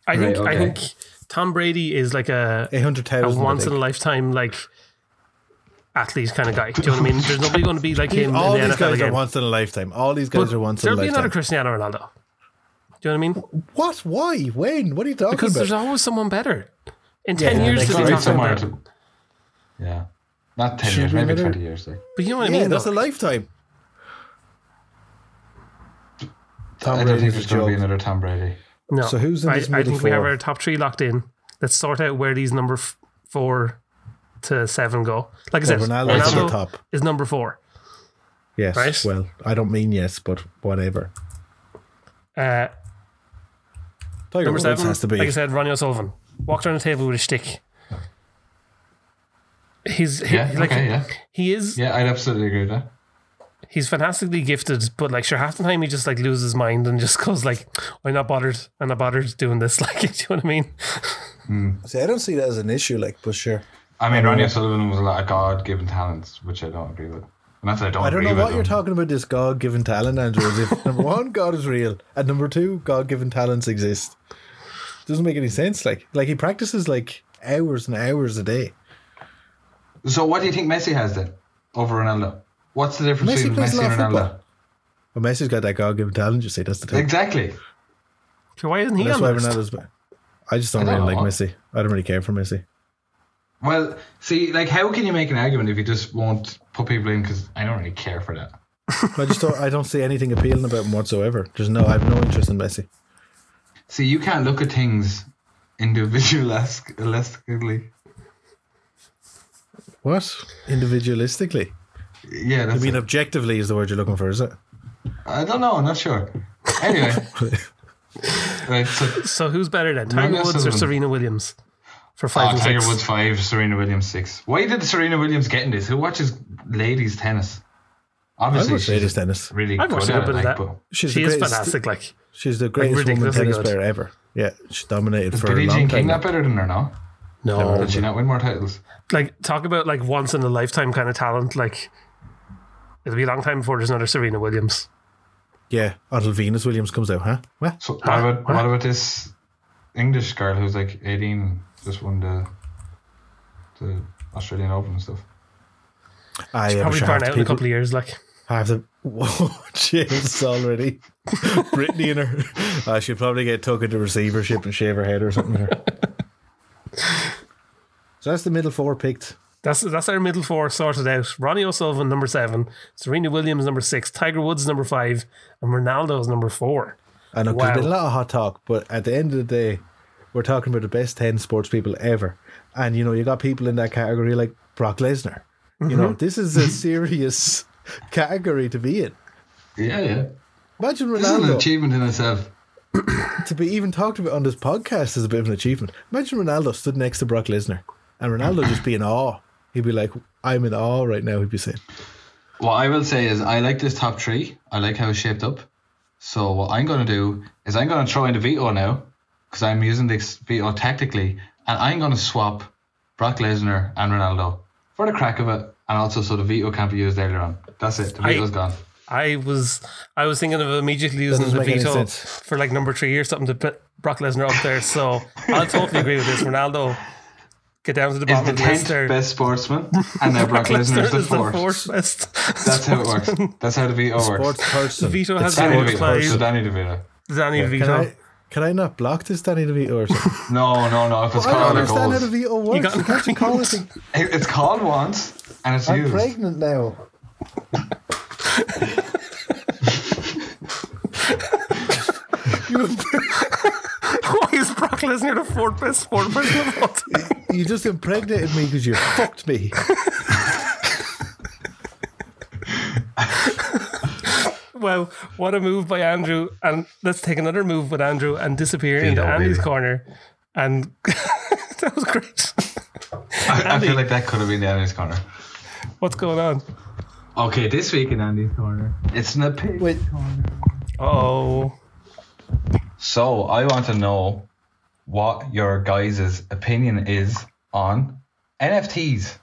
[SPEAKER 1] I think
[SPEAKER 5] Right,
[SPEAKER 1] I
[SPEAKER 5] okay.
[SPEAKER 1] think Tom Brady is like a a
[SPEAKER 2] 800,000. I
[SPEAKER 1] once in
[SPEAKER 2] think.
[SPEAKER 1] a lifetime like athlete kind of guy. Do you know what I mean? There's nobody going to be like him
[SPEAKER 2] All
[SPEAKER 1] in
[SPEAKER 2] these
[SPEAKER 1] the NFL
[SPEAKER 2] guys
[SPEAKER 1] again.
[SPEAKER 2] are once in a lifetime. All these guys are once in a
[SPEAKER 1] There'll be another
[SPEAKER 2] lifetime.
[SPEAKER 1] Cristiano Ronaldo. Do you know what I mean?
[SPEAKER 2] what? Why? When? What are you talking
[SPEAKER 1] Because
[SPEAKER 2] about?
[SPEAKER 1] there's always someone better. In ten
[SPEAKER 2] yeah,
[SPEAKER 1] years,
[SPEAKER 2] they
[SPEAKER 1] there'll
[SPEAKER 2] could
[SPEAKER 1] be
[SPEAKER 2] be
[SPEAKER 1] someone
[SPEAKER 5] somewhere
[SPEAKER 1] better.
[SPEAKER 5] to, yeah, not ten
[SPEAKER 2] Should
[SPEAKER 5] years,
[SPEAKER 2] we
[SPEAKER 5] maybe
[SPEAKER 2] another-
[SPEAKER 5] twenty years. Like
[SPEAKER 1] But you know what
[SPEAKER 2] yeah,
[SPEAKER 1] I mean?
[SPEAKER 2] that's
[SPEAKER 1] though?
[SPEAKER 2] a lifetime.
[SPEAKER 5] I
[SPEAKER 2] Tom
[SPEAKER 5] don't think
[SPEAKER 2] Brady's
[SPEAKER 5] there's
[SPEAKER 2] a
[SPEAKER 5] going to be
[SPEAKER 2] joke.
[SPEAKER 5] another Tom Brady.
[SPEAKER 1] no.
[SPEAKER 2] So who's in
[SPEAKER 1] I,
[SPEAKER 2] this
[SPEAKER 1] I
[SPEAKER 2] middle
[SPEAKER 1] think we have
[SPEAKER 2] four?
[SPEAKER 1] our top three locked in. Let's sort out where these number f- four to seven go. Like I said,
[SPEAKER 2] Ronaldo's
[SPEAKER 5] at the
[SPEAKER 1] Ronaldo
[SPEAKER 2] top.
[SPEAKER 1] is number four.
[SPEAKER 2] Yes.
[SPEAKER 1] Right?
[SPEAKER 2] Well, I don't mean yes, but whatever.
[SPEAKER 1] Uh,
[SPEAKER 2] Tiger
[SPEAKER 1] number
[SPEAKER 2] Woods
[SPEAKER 1] seven,
[SPEAKER 2] has to be.
[SPEAKER 1] like I said, Ronnie O'Sullivan walked around the table with a stick. He's he,
[SPEAKER 5] Yeah,
[SPEAKER 1] like
[SPEAKER 5] okay, yeah,
[SPEAKER 1] he is
[SPEAKER 5] yeah. I'd absolutely agree with that.
[SPEAKER 1] he's fantastically gifted, but like sure half the time he just like loses his mind and just goes like, I'm not bothered, I'm not bothered doing this. Like, do you know what I mean?
[SPEAKER 2] See, I don't see that as an issue, like, but sure.
[SPEAKER 5] I mean, Ronnie O'Sullivan was a lot of God-given talents, which I don't agree with. And that's I don't.
[SPEAKER 2] I don't
[SPEAKER 5] agree
[SPEAKER 2] know
[SPEAKER 5] with
[SPEAKER 2] what you're
[SPEAKER 5] them.
[SPEAKER 2] talking about this God given talent, Andrew. As if number one, God is real, and number two, God given talents exist. Doesn't make any sense. Like, like he practices like hours and hours a day.
[SPEAKER 5] So what do you think Messi has then over Ronaldo? What's the difference
[SPEAKER 2] Messi
[SPEAKER 5] between
[SPEAKER 2] plays a
[SPEAKER 5] Messi
[SPEAKER 2] lot
[SPEAKER 5] and
[SPEAKER 2] of
[SPEAKER 5] Ronaldo?
[SPEAKER 2] football. But Messi's got that God given talent. You see, that's the thing.
[SPEAKER 5] Exactly.
[SPEAKER 1] So why isn't he
[SPEAKER 2] That's
[SPEAKER 1] on
[SPEAKER 2] why
[SPEAKER 1] the list?
[SPEAKER 2] Ronaldo's. be- I just don't
[SPEAKER 5] I don't
[SPEAKER 2] really
[SPEAKER 5] know.
[SPEAKER 2] like Messi. I don't really care for Messi.
[SPEAKER 5] Well, see, like, how can you make an argument if you just won't put people in? Because I don't really care for that.
[SPEAKER 2] I just don't. I don't see anything appealing about him whatsoever. There's no. I have no interest in Messi.
[SPEAKER 5] See, you can't look at things individualistically.
[SPEAKER 2] What? Individualistically,
[SPEAKER 5] Yeah,
[SPEAKER 2] I
[SPEAKER 5] that's.
[SPEAKER 2] mean,
[SPEAKER 5] it.
[SPEAKER 2] objectively is the word you're looking for, is it?
[SPEAKER 5] I don't know. I'm not sure. Anyway. right. So,
[SPEAKER 1] So who's better then? Tiger
[SPEAKER 5] Ronnie
[SPEAKER 1] Woods or
[SPEAKER 5] O'Sullivan.
[SPEAKER 1] Serena Williams? For
[SPEAKER 5] oh,
[SPEAKER 1] five and
[SPEAKER 5] Tiger
[SPEAKER 1] six.
[SPEAKER 5] Woods five, Serena Williams six. Why did Serena Williams get in this? Who watches ladies tennis?
[SPEAKER 2] I
[SPEAKER 5] Obviously,
[SPEAKER 2] would say
[SPEAKER 5] she's
[SPEAKER 2] this, Dennis.
[SPEAKER 5] really
[SPEAKER 1] I've watched
[SPEAKER 5] good
[SPEAKER 1] a
[SPEAKER 5] at
[SPEAKER 1] little
[SPEAKER 5] it.
[SPEAKER 1] bit of
[SPEAKER 5] Like,
[SPEAKER 1] that.
[SPEAKER 5] but
[SPEAKER 2] She's
[SPEAKER 1] she
[SPEAKER 2] the
[SPEAKER 1] is
[SPEAKER 2] greatest-
[SPEAKER 1] fantastic. Like
[SPEAKER 2] She's the greatest woman
[SPEAKER 1] ridiculously
[SPEAKER 2] tennis
[SPEAKER 1] good.
[SPEAKER 2] player ever. Yeah, she dominated for
[SPEAKER 5] Billie
[SPEAKER 2] a long
[SPEAKER 5] Jean
[SPEAKER 2] time.
[SPEAKER 5] King
[SPEAKER 2] now.
[SPEAKER 5] that better than her, no?
[SPEAKER 1] no,
[SPEAKER 5] Did she not win more titles?
[SPEAKER 1] like talk about like once in a lifetime kind of talent. Like it'll be a long time before there's another Serena Williams.
[SPEAKER 2] Yeah, until Venus Williams comes out, huh? Well,
[SPEAKER 5] So what about what about this English girl who's like eighteen just won the the Australian Open and stuff?
[SPEAKER 2] I yeah, but
[SPEAKER 1] Probably
[SPEAKER 2] sure,
[SPEAKER 1] burn
[SPEAKER 2] half
[SPEAKER 1] out in a
[SPEAKER 2] the people-
[SPEAKER 1] couple of years. Like
[SPEAKER 2] half the whoa, James already. Brittany and her, I should probably get took into receivership and shave her head or something. so that's the middle four picked.
[SPEAKER 1] that's that's our middle four sorted out. Ronnie O'Sullivan number seven, Serena Williams number six, Tiger Woods number five, and Ronaldo's number four.
[SPEAKER 2] I know 'cause there's been a
[SPEAKER 1] Wow.
[SPEAKER 2] lot of hot talk, but at the end of the day, we're talking about the best ten sports people ever, and you know you got people in that category like Brock Lesnar. You know this is a serious category to be in.
[SPEAKER 5] Yeah, yeah.
[SPEAKER 2] Imagine
[SPEAKER 5] This is an
[SPEAKER 2] Ronaldo
[SPEAKER 5] achievement in itself.
[SPEAKER 2] to be even talked about on this podcast is a bit of an achievement. Imagine Ronaldo stood next to Brock Lesnar, and Ronaldo just be in awe. He'd be like, "I'm in awe right now." He'd be saying,
[SPEAKER 5] What I will say is, I like this top three. I like how it's shaped up. So what I'm going to do is I'm going to throw in the veto now because I'm using this veto tactically, and I'm going to swap Brock Lesnar and Ronaldo for the crack of it, and also so the veto can't be used earlier on. That's it. The
[SPEAKER 1] I-
[SPEAKER 5] veto's gone.
[SPEAKER 1] I was I was thinking of immediately using
[SPEAKER 2] doesn't
[SPEAKER 1] the
[SPEAKER 2] make any
[SPEAKER 1] veto
[SPEAKER 2] sense.
[SPEAKER 1] for like number three or something to put Brock Lesnar up there. So I'll totally agree with this. Ronaldo, get down to the
[SPEAKER 5] Is
[SPEAKER 1] bottom
[SPEAKER 5] the
[SPEAKER 1] of the list
[SPEAKER 5] tenth
[SPEAKER 1] there.
[SPEAKER 5] best sportsman, and now Brock Lesnar is the fourth.
[SPEAKER 1] best.
[SPEAKER 5] That's how it works. That's how the veto works.
[SPEAKER 2] "Sports person."
[SPEAKER 1] Veto has
[SPEAKER 2] It's
[SPEAKER 1] been
[SPEAKER 5] Danny
[SPEAKER 1] Sports
[SPEAKER 5] DeVito.
[SPEAKER 1] plays.
[SPEAKER 5] So Danny DeVito.
[SPEAKER 1] Danny
[SPEAKER 2] Can
[SPEAKER 1] Vito.
[SPEAKER 2] I, can I not block this Danny DeVito or something?
[SPEAKER 5] No, no, no. If it's
[SPEAKER 2] I don't
[SPEAKER 5] called a
[SPEAKER 2] understand how the
[SPEAKER 5] goal,
[SPEAKER 2] veto works.
[SPEAKER 1] got
[SPEAKER 2] You can't you call
[SPEAKER 1] nothing.
[SPEAKER 2] it a-
[SPEAKER 5] It- it's called once, and it's
[SPEAKER 2] I'm
[SPEAKER 5] used.
[SPEAKER 2] pregnant now. you,
[SPEAKER 1] Why is Brock Lesnar the fourth best sports person of all time?
[SPEAKER 2] you just impregnated me because you fucked me.
[SPEAKER 1] Wow, what a move by Andrew. And let's take another move with Andrew and disappear into
[SPEAKER 5] Vito,
[SPEAKER 1] Andy's
[SPEAKER 5] baby.
[SPEAKER 1] corner. And that was great.
[SPEAKER 5] I, I
[SPEAKER 1] Andy.
[SPEAKER 5] feel like that could have been the Andy's corner.
[SPEAKER 1] What's going on?
[SPEAKER 5] Okay, this week in Andy's corner, it's an opinion.
[SPEAKER 2] Wait,
[SPEAKER 1] Oh,
[SPEAKER 5] So I want to know what your guys' opinion is on NFTs.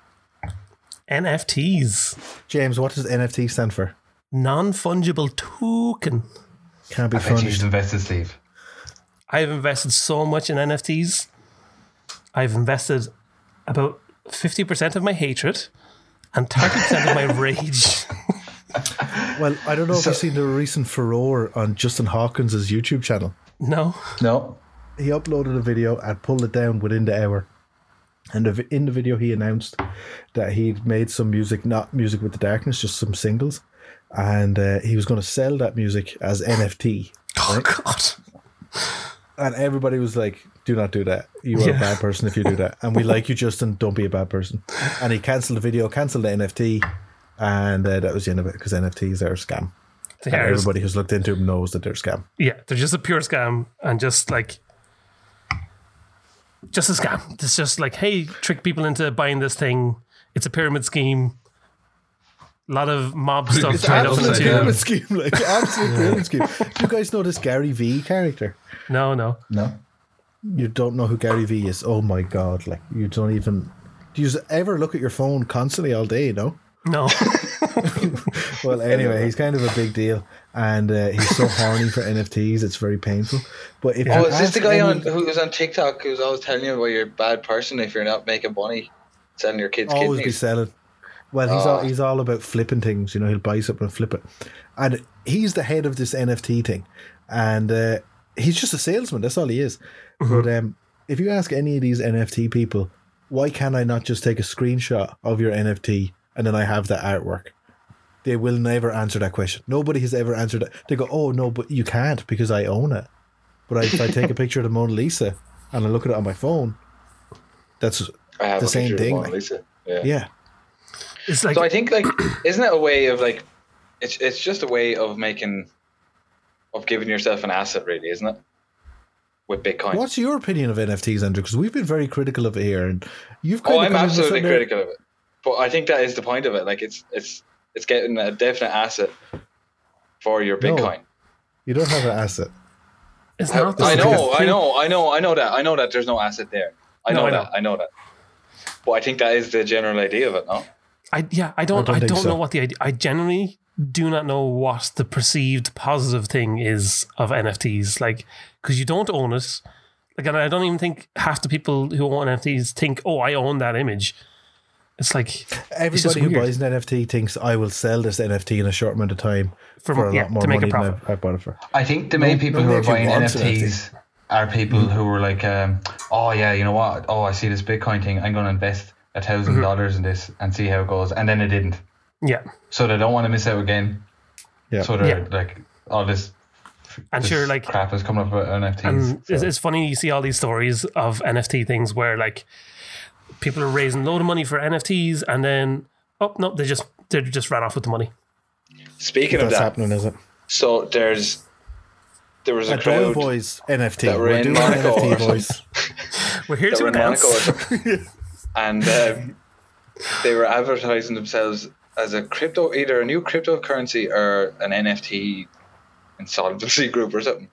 [SPEAKER 1] NFTs.
[SPEAKER 2] James, what does NFT stand for?
[SPEAKER 1] Non fungible token.
[SPEAKER 2] Can't be
[SPEAKER 5] I bet you should
[SPEAKER 2] funny.
[SPEAKER 5] invest in Steve.
[SPEAKER 1] I've invested so much in NFTs. I've invested about 50% of my hatred and 30% of my rage.
[SPEAKER 2] Well, I don't know if you've seen the recent furore on Justin Hawkins' YouTube channel.
[SPEAKER 1] No.
[SPEAKER 5] No.
[SPEAKER 2] he uploaded a video and pulled it down within the hour. And the, vi- in the video, he announced that he'd made some music, not music with the darkness, just some singles, and uh, he was going to sell that music as NFT.
[SPEAKER 1] Oh, God.
[SPEAKER 2] And everybody was like, "Do not do that. You are
[SPEAKER 1] Yeah.
[SPEAKER 2] a bad person if you do that." And we like you, Justin. Don't be a bad person. And he cancelled the video, cancelled the NFT, and uh, that was the end of it because NFTs are a scam.
[SPEAKER 1] They
[SPEAKER 2] And
[SPEAKER 1] are-
[SPEAKER 2] everybody who's looked into them knows that they're a scam.
[SPEAKER 1] yeah, they're just a pure scam and just like. Just a scam. It's just like, hey, trick people into buying this thing. It's a pyramid scheme. A lot of mob stuff
[SPEAKER 5] It's
[SPEAKER 1] tied up in the
[SPEAKER 2] Absolute
[SPEAKER 5] upside
[SPEAKER 1] tube.
[SPEAKER 5] down.
[SPEAKER 2] pyramid scheme, like absolute pyramid scheme. Do you guys know this Gary V character?
[SPEAKER 1] No, no.
[SPEAKER 5] No.
[SPEAKER 2] you don't know who Gary Vee is. Oh my god! Like you don't even. Do you ever look at your phone constantly all day? You know.
[SPEAKER 1] No.
[SPEAKER 2] Well, anyway, he's kind of a big deal, and uh, he's so horny for NFTs. It's very painful. But if
[SPEAKER 4] Oh,
[SPEAKER 2] you
[SPEAKER 4] is this
[SPEAKER 2] ask
[SPEAKER 4] the guy
[SPEAKER 2] any-
[SPEAKER 4] on who was on TikTok who was always telling you about you're a bad person if you're not making money selling your kids'
[SPEAKER 2] Always be
[SPEAKER 4] kidneys?
[SPEAKER 2] selling. Well, he's all,
[SPEAKER 4] Ah.
[SPEAKER 2] he's all about flipping things. You know, he'll buy something and flip it, and he's the head of this NFT thing, and uh, he's just a salesman. That's all he is. But um, if you ask any of these NFT people, why can I not just take a screenshot of your NFT and then I have that artwork? They will never answer that question. Nobody has ever answered it. They go, "Oh no, but you can't because I own it." But I, if I take a picture of the Mona Lisa and I look at it on my phone, that's
[SPEAKER 4] I have
[SPEAKER 2] The
[SPEAKER 4] a
[SPEAKER 2] same
[SPEAKER 4] picture of
[SPEAKER 2] thing,
[SPEAKER 4] Mona
[SPEAKER 2] like-
[SPEAKER 4] Lisa. Yeah.
[SPEAKER 2] yeah.
[SPEAKER 1] It's like
[SPEAKER 4] So I think like isn't it a way of like it's it's just a way of making of giving yourself an asset really, isn't it? With Bitcoin.
[SPEAKER 2] What's your opinion of NFTs, Andrew? Because we've been very critical of it here, and you've kind
[SPEAKER 4] Oh,
[SPEAKER 2] of
[SPEAKER 4] I'm
[SPEAKER 2] come in with
[SPEAKER 4] absolutely
[SPEAKER 2] something there-
[SPEAKER 4] critical of it. But I think that is the point of it. Like it's it's it's getting a definite asset for your
[SPEAKER 2] No.
[SPEAKER 4] Bitcoin.
[SPEAKER 2] You don't have an asset.
[SPEAKER 1] it's
[SPEAKER 4] I-
[SPEAKER 1] not.
[SPEAKER 4] I
[SPEAKER 1] the
[SPEAKER 4] know, I
[SPEAKER 1] thing.
[SPEAKER 4] know, I know, I know that. I know that there's no asset there. I
[SPEAKER 1] No,
[SPEAKER 4] know
[SPEAKER 1] I know.
[SPEAKER 4] that. I know that. But I think that is the general idea of it, no?
[SPEAKER 1] I yeah, I don't,
[SPEAKER 2] don't
[SPEAKER 1] I don't,
[SPEAKER 2] think so.
[SPEAKER 1] know what the idea. I generally do not know what the perceived positive thing is of NFTs, like because you don't own it. Like, and I don't even think half the people who own NFTs think, "Oh, I own that image." It's like just
[SPEAKER 2] Everybody who
[SPEAKER 1] weird.
[SPEAKER 2] buys an NFT thinks I will sell this NFT in a short amount of time
[SPEAKER 1] For
[SPEAKER 2] for,
[SPEAKER 1] mo-
[SPEAKER 2] a
[SPEAKER 1] yeah,
[SPEAKER 2] lot more
[SPEAKER 1] to make a
[SPEAKER 2] money than
[SPEAKER 1] profit.
[SPEAKER 2] I, I bought it for.
[SPEAKER 5] I think the main
[SPEAKER 2] No-
[SPEAKER 5] people who
[SPEAKER 2] nobody
[SPEAKER 5] are
[SPEAKER 2] actually
[SPEAKER 5] buying
[SPEAKER 2] wants an
[SPEAKER 5] NFTs are people who were like, um, oh yeah, you know what? Oh, I see this Bitcoin thing. I'm going to invest a
[SPEAKER 2] Mm-hmm.
[SPEAKER 5] thousand dollars in this and see how it goes. And then it didn't.
[SPEAKER 1] yeah,
[SPEAKER 5] So they don't want to miss out again.
[SPEAKER 2] Yeah.
[SPEAKER 5] So they're
[SPEAKER 1] Yeah.
[SPEAKER 5] like all this
[SPEAKER 1] And
[SPEAKER 5] This
[SPEAKER 1] sure, like,
[SPEAKER 5] crap is coming up about NFTs.
[SPEAKER 1] and
[SPEAKER 5] so-
[SPEAKER 1] it's, it's funny you see all these stories of NFT things where like people are raising load of money for NFTs, and then oh no, they just they just ran off with the money.
[SPEAKER 4] Speaking of
[SPEAKER 2] That's
[SPEAKER 4] that,
[SPEAKER 2] happening, is it?
[SPEAKER 4] so there's there was a
[SPEAKER 2] At Doyle
[SPEAKER 4] crowd
[SPEAKER 2] Boys NFT.
[SPEAKER 4] that were
[SPEAKER 2] We're
[SPEAKER 4] in
[SPEAKER 2] doing
[SPEAKER 4] Monaco or
[SPEAKER 2] NFT
[SPEAKER 4] something.
[SPEAKER 2] Boys.
[SPEAKER 1] We're here
[SPEAKER 4] that
[SPEAKER 1] to
[SPEAKER 4] were in Monaco, or
[SPEAKER 1] announce.
[SPEAKER 4] something. and um, they were advertising themselves as a crypto, either a new cryptocurrency or an NFT insolvency group or something.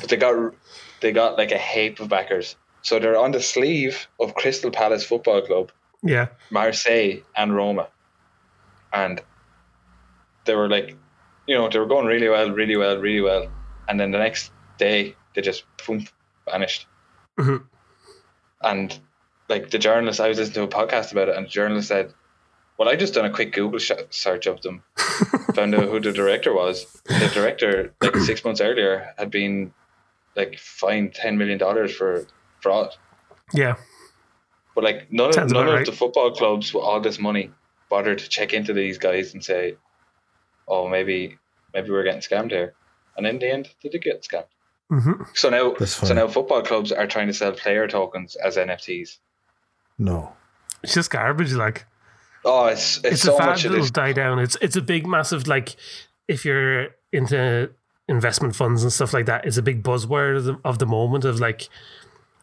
[SPEAKER 4] but they got they got like a heap of backers. So they're on the sleeve of Crystal Palace Football Club,
[SPEAKER 1] Yeah,
[SPEAKER 4] Marseille, and Roma, and they were like, you know, they were going really well, really well, really well, and then the next day they just boom, vanished
[SPEAKER 1] Mhm.
[SPEAKER 4] and like the journalist, I was listening to a podcast about it, and the journalist said, "Well, I just done a quick Google sh- search of them, found out who the director was. The director, like six months earlier, had been like fined ten million dollars for fraud,
[SPEAKER 1] yeah,
[SPEAKER 4] but like none of
[SPEAKER 1] Sounds
[SPEAKER 4] none
[SPEAKER 1] about
[SPEAKER 4] of
[SPEAKER 1] right.
[SPEAKER 4] the football clubs with all this money bothered to check into these guys and say, "Oh, maybe maybe we're getting scammed here." And in the end, they did get scammed.
[SPEAKER 1] hmm
[SPEAKER 4] So now,
[SPEAKER 2] That's
[SPEAKER 4] so
[SPEAKER 2] funny.
[SPEAKER 4] now football clubs are trying to sell player tokens as NFTs.
[SPEAKER 2] No.
[SPEAKER 1] it's just garbage. Like
[SPEAKER 4] Oh, it's it's,
[SPEAKER 1] it's
[SPEAKER 4] so
[SPEAKER 1] a fad
[SPEAKER 4] much of
[SPEAKER 1] that'll
[SPEAKER 4] this
[SPEAKER 1] die down. It's it's a big massive like if you're into investment funds and stuff like that, it's a big buzzword of the, of the moment of like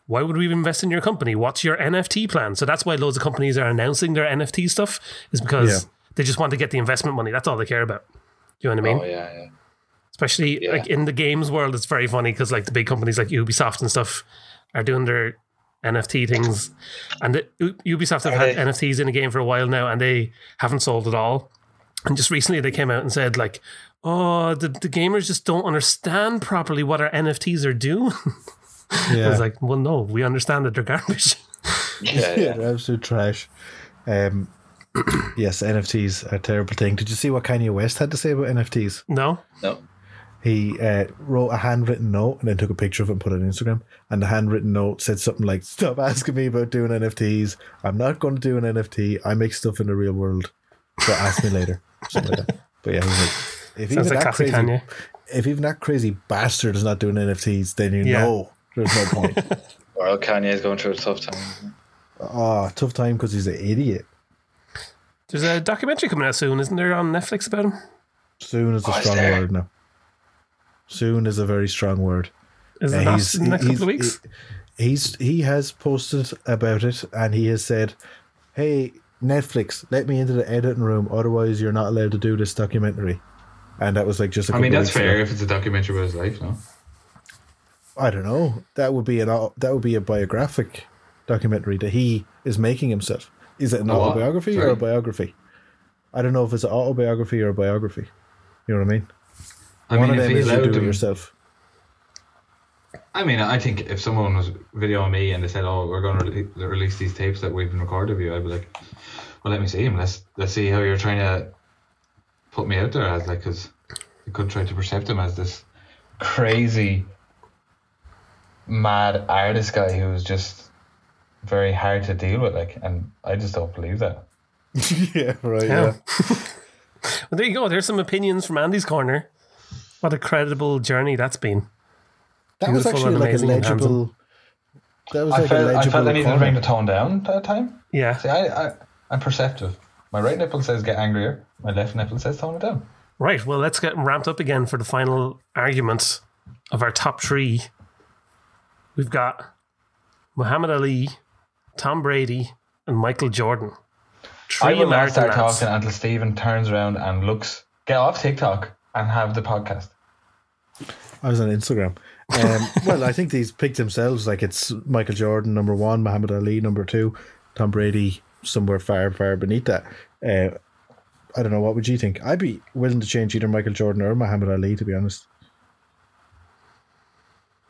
[SPEAKER 1] why would we invest in your company? What's your NFT plan? So that's why loads of companies are announcing their NFT stuff is because
[SPEAKER 2] Yeah.
[SPEAKER 1] they just want to get the investment money. That's all they care about. Do you know what I mean?
[SPEAKER 4] Oh yeah, yeah.
[SPEAKER 1] Especially
[SPEAKER 4] Yeah.
[SPEAKER 1] like in the games world, it's very funny because like the big companies like Ubisoft and stuff are doing their NFT things, and the, U- Ubisoft have
[SPEAKER 4] Are
[SPEAKER 1] had
[SPEAKER 4] they-
[SPEAKER 1] NFTs in the game for a while now, and they haven't sold at all. And just recently, they came out and said like, "Oh, the, the gamers just don't understand properly what our NFTs are doing." I was
[SPEAKER 2] Yeah.
[SPEAKER 1] like, "Well, no, we understand that they're garbage."
[SPEAKER 4] Yeah,
[SPEAKER 2] yeah,
[SPEAKER 4] yeah.
[SPEAKER 2] they're absolute trash. Um, yes, NFTs are a terrible thing. Did you see what Kanye West had to say about NFTs?
[SPEAKER 1] no,
[SPEAKER 4] No.
[SPEAKER 2] He uh, wrote a handwritten note and then took a picture of it and put it on Instagram. And the handwritten note said something like, "Stop asking me about doing NFTs. I'm not going to do an NFT. I make stuff in the real world. So ask me later." Something like that. But yeah, he was like, if even
[SPEAKER 1] sounds like
[SPEAKER 2] that
[SPEAKER 1] classic
[SPEAKER 2] crazy,
[SPEAKER 1] Kanye.
[SPEAKER 2] if even that crazy bastard is not doing NFTs, then you
[SPEAKER 1] Yeah.
[SPEAKER 2] know there's no point.
[SPEAKER 4] Well, Kanye's going through a tough time.
[SPEAKER 2] Ah, tough time because he's an idiot.
[SPEAKER 1] There's a documentary coming out soon, isn't there, on Netflix about him?
[SPEAKER 2] Soon is a
[SPEAKER 4] Oh, is
[SPEAKER 2] strong
[SPEAKER 4] there?
[SPEAKER 2] word now. Soon is a very strong word.
[SPEAKER 1] Is
[SPEAKER 2] Uh,
[SPEAKER 1] it not in the next couple of weeks?
[SPEAKER 2] he- he's he has posted about it and he has said, "Hey Netflix, let me into the editing room, otherwise you're not allowed to do this documentary." And that was like just. A
[SPEAKER 5] I mean,
[SPEAKER 2] couple
[SPEAKER 5] that's
[SPEAKER 2] of weeks ago.
[SPEAKER 5] fair if it's a documentary about his life, no?
[SPEAKER 2] I don't know. That would be an au- that would be a biographic documentary that he is making himself. Is it an
[SPEAKER 5] A what?
[SPEAKER 2] autobiography or
[SPEAKER 5] Sorry?
[SPEAKER 2] a biography? I don't know if it's an autobiography or a biography. You know what I mean?
[SPEAKER 5] I
[SPEAKER 2] One
[SPEAKER 5] mean,
[SPEAKER 2] of
[SPEAKER 5] if
[SPEAKER 2] them
[SPEAKER 5] he
[SPEAKER 2] is you
[SPEAKER 5] allowed
[SPEAKER 2] do it
[SPEAKER 5] them,
[SPEAKER 2] yourself.
[SPEAKER 5] I mean, I think if someone was videoing me and they said, "Oh, we're going to re- release these tapes that we've been recorded of you," I'd be like, "Well, let me see them. Let's let's see how you're trying to put me out there as like, because you could try to perceive him as this crazy, mad artist guy who was just very hard to deal with. Like, and I just don't believe that.
[SPEAKER 2] yeah, right.
[SPEAKER 1] Yeah.
[SPEAKER 2] Yeah.
[SPEAKER 1] well, there you go. There's some opinions from Andy's corner. What a credible journey that's been.
[SPEAKER 2] That was
[SPEAKER 1] Beautiful
[SPEAKER 2] actually
[SPEAKER 1] and
[SPEAKER 2] like a
[SPEAKER 1] amazing and
[SPEAKER 2] legible. That was
[SPEAKER 5] I
[SPEAKER 2] like a
[SPEAKER 5] felt, I
[SPEAKER 2] legible.
[SPEAKER 5] felt I needed to
[SPEAKER 2] comment.
[SPEAKER 5] bring the tone down that time.
[SPEAKER 1] Yeah.
[SPEAKER 5] See, I, I, I'm perceptive. My right nipple says get angrier. My left nipple says tone it down.
[SPEAKER 1] Right. Well, let's get ramped up again for the final argument of our top three. We've got Muhammad Ali, Tom Brady, and Michael Jordan. Three
[SPEAKER 5] I will not
[SPEAKER 1] American
[SPEAKER 5] start
[SPEAKER 1] lads.
[SPEAKER 5] talking until Stephen turns around and looks, get off TikTok and have the podcast.
[SPEAKER 2] I was on Instagram. Um, well, I think these picked themselves. Like it's Michael Jordan number one, Muhammad Ali number two, Tom Brady somewhere far, far beneath that. Uh, I don't know. What would you think? I'd be willing to change either Michael Jordan or Muhammad Ali, to be honest.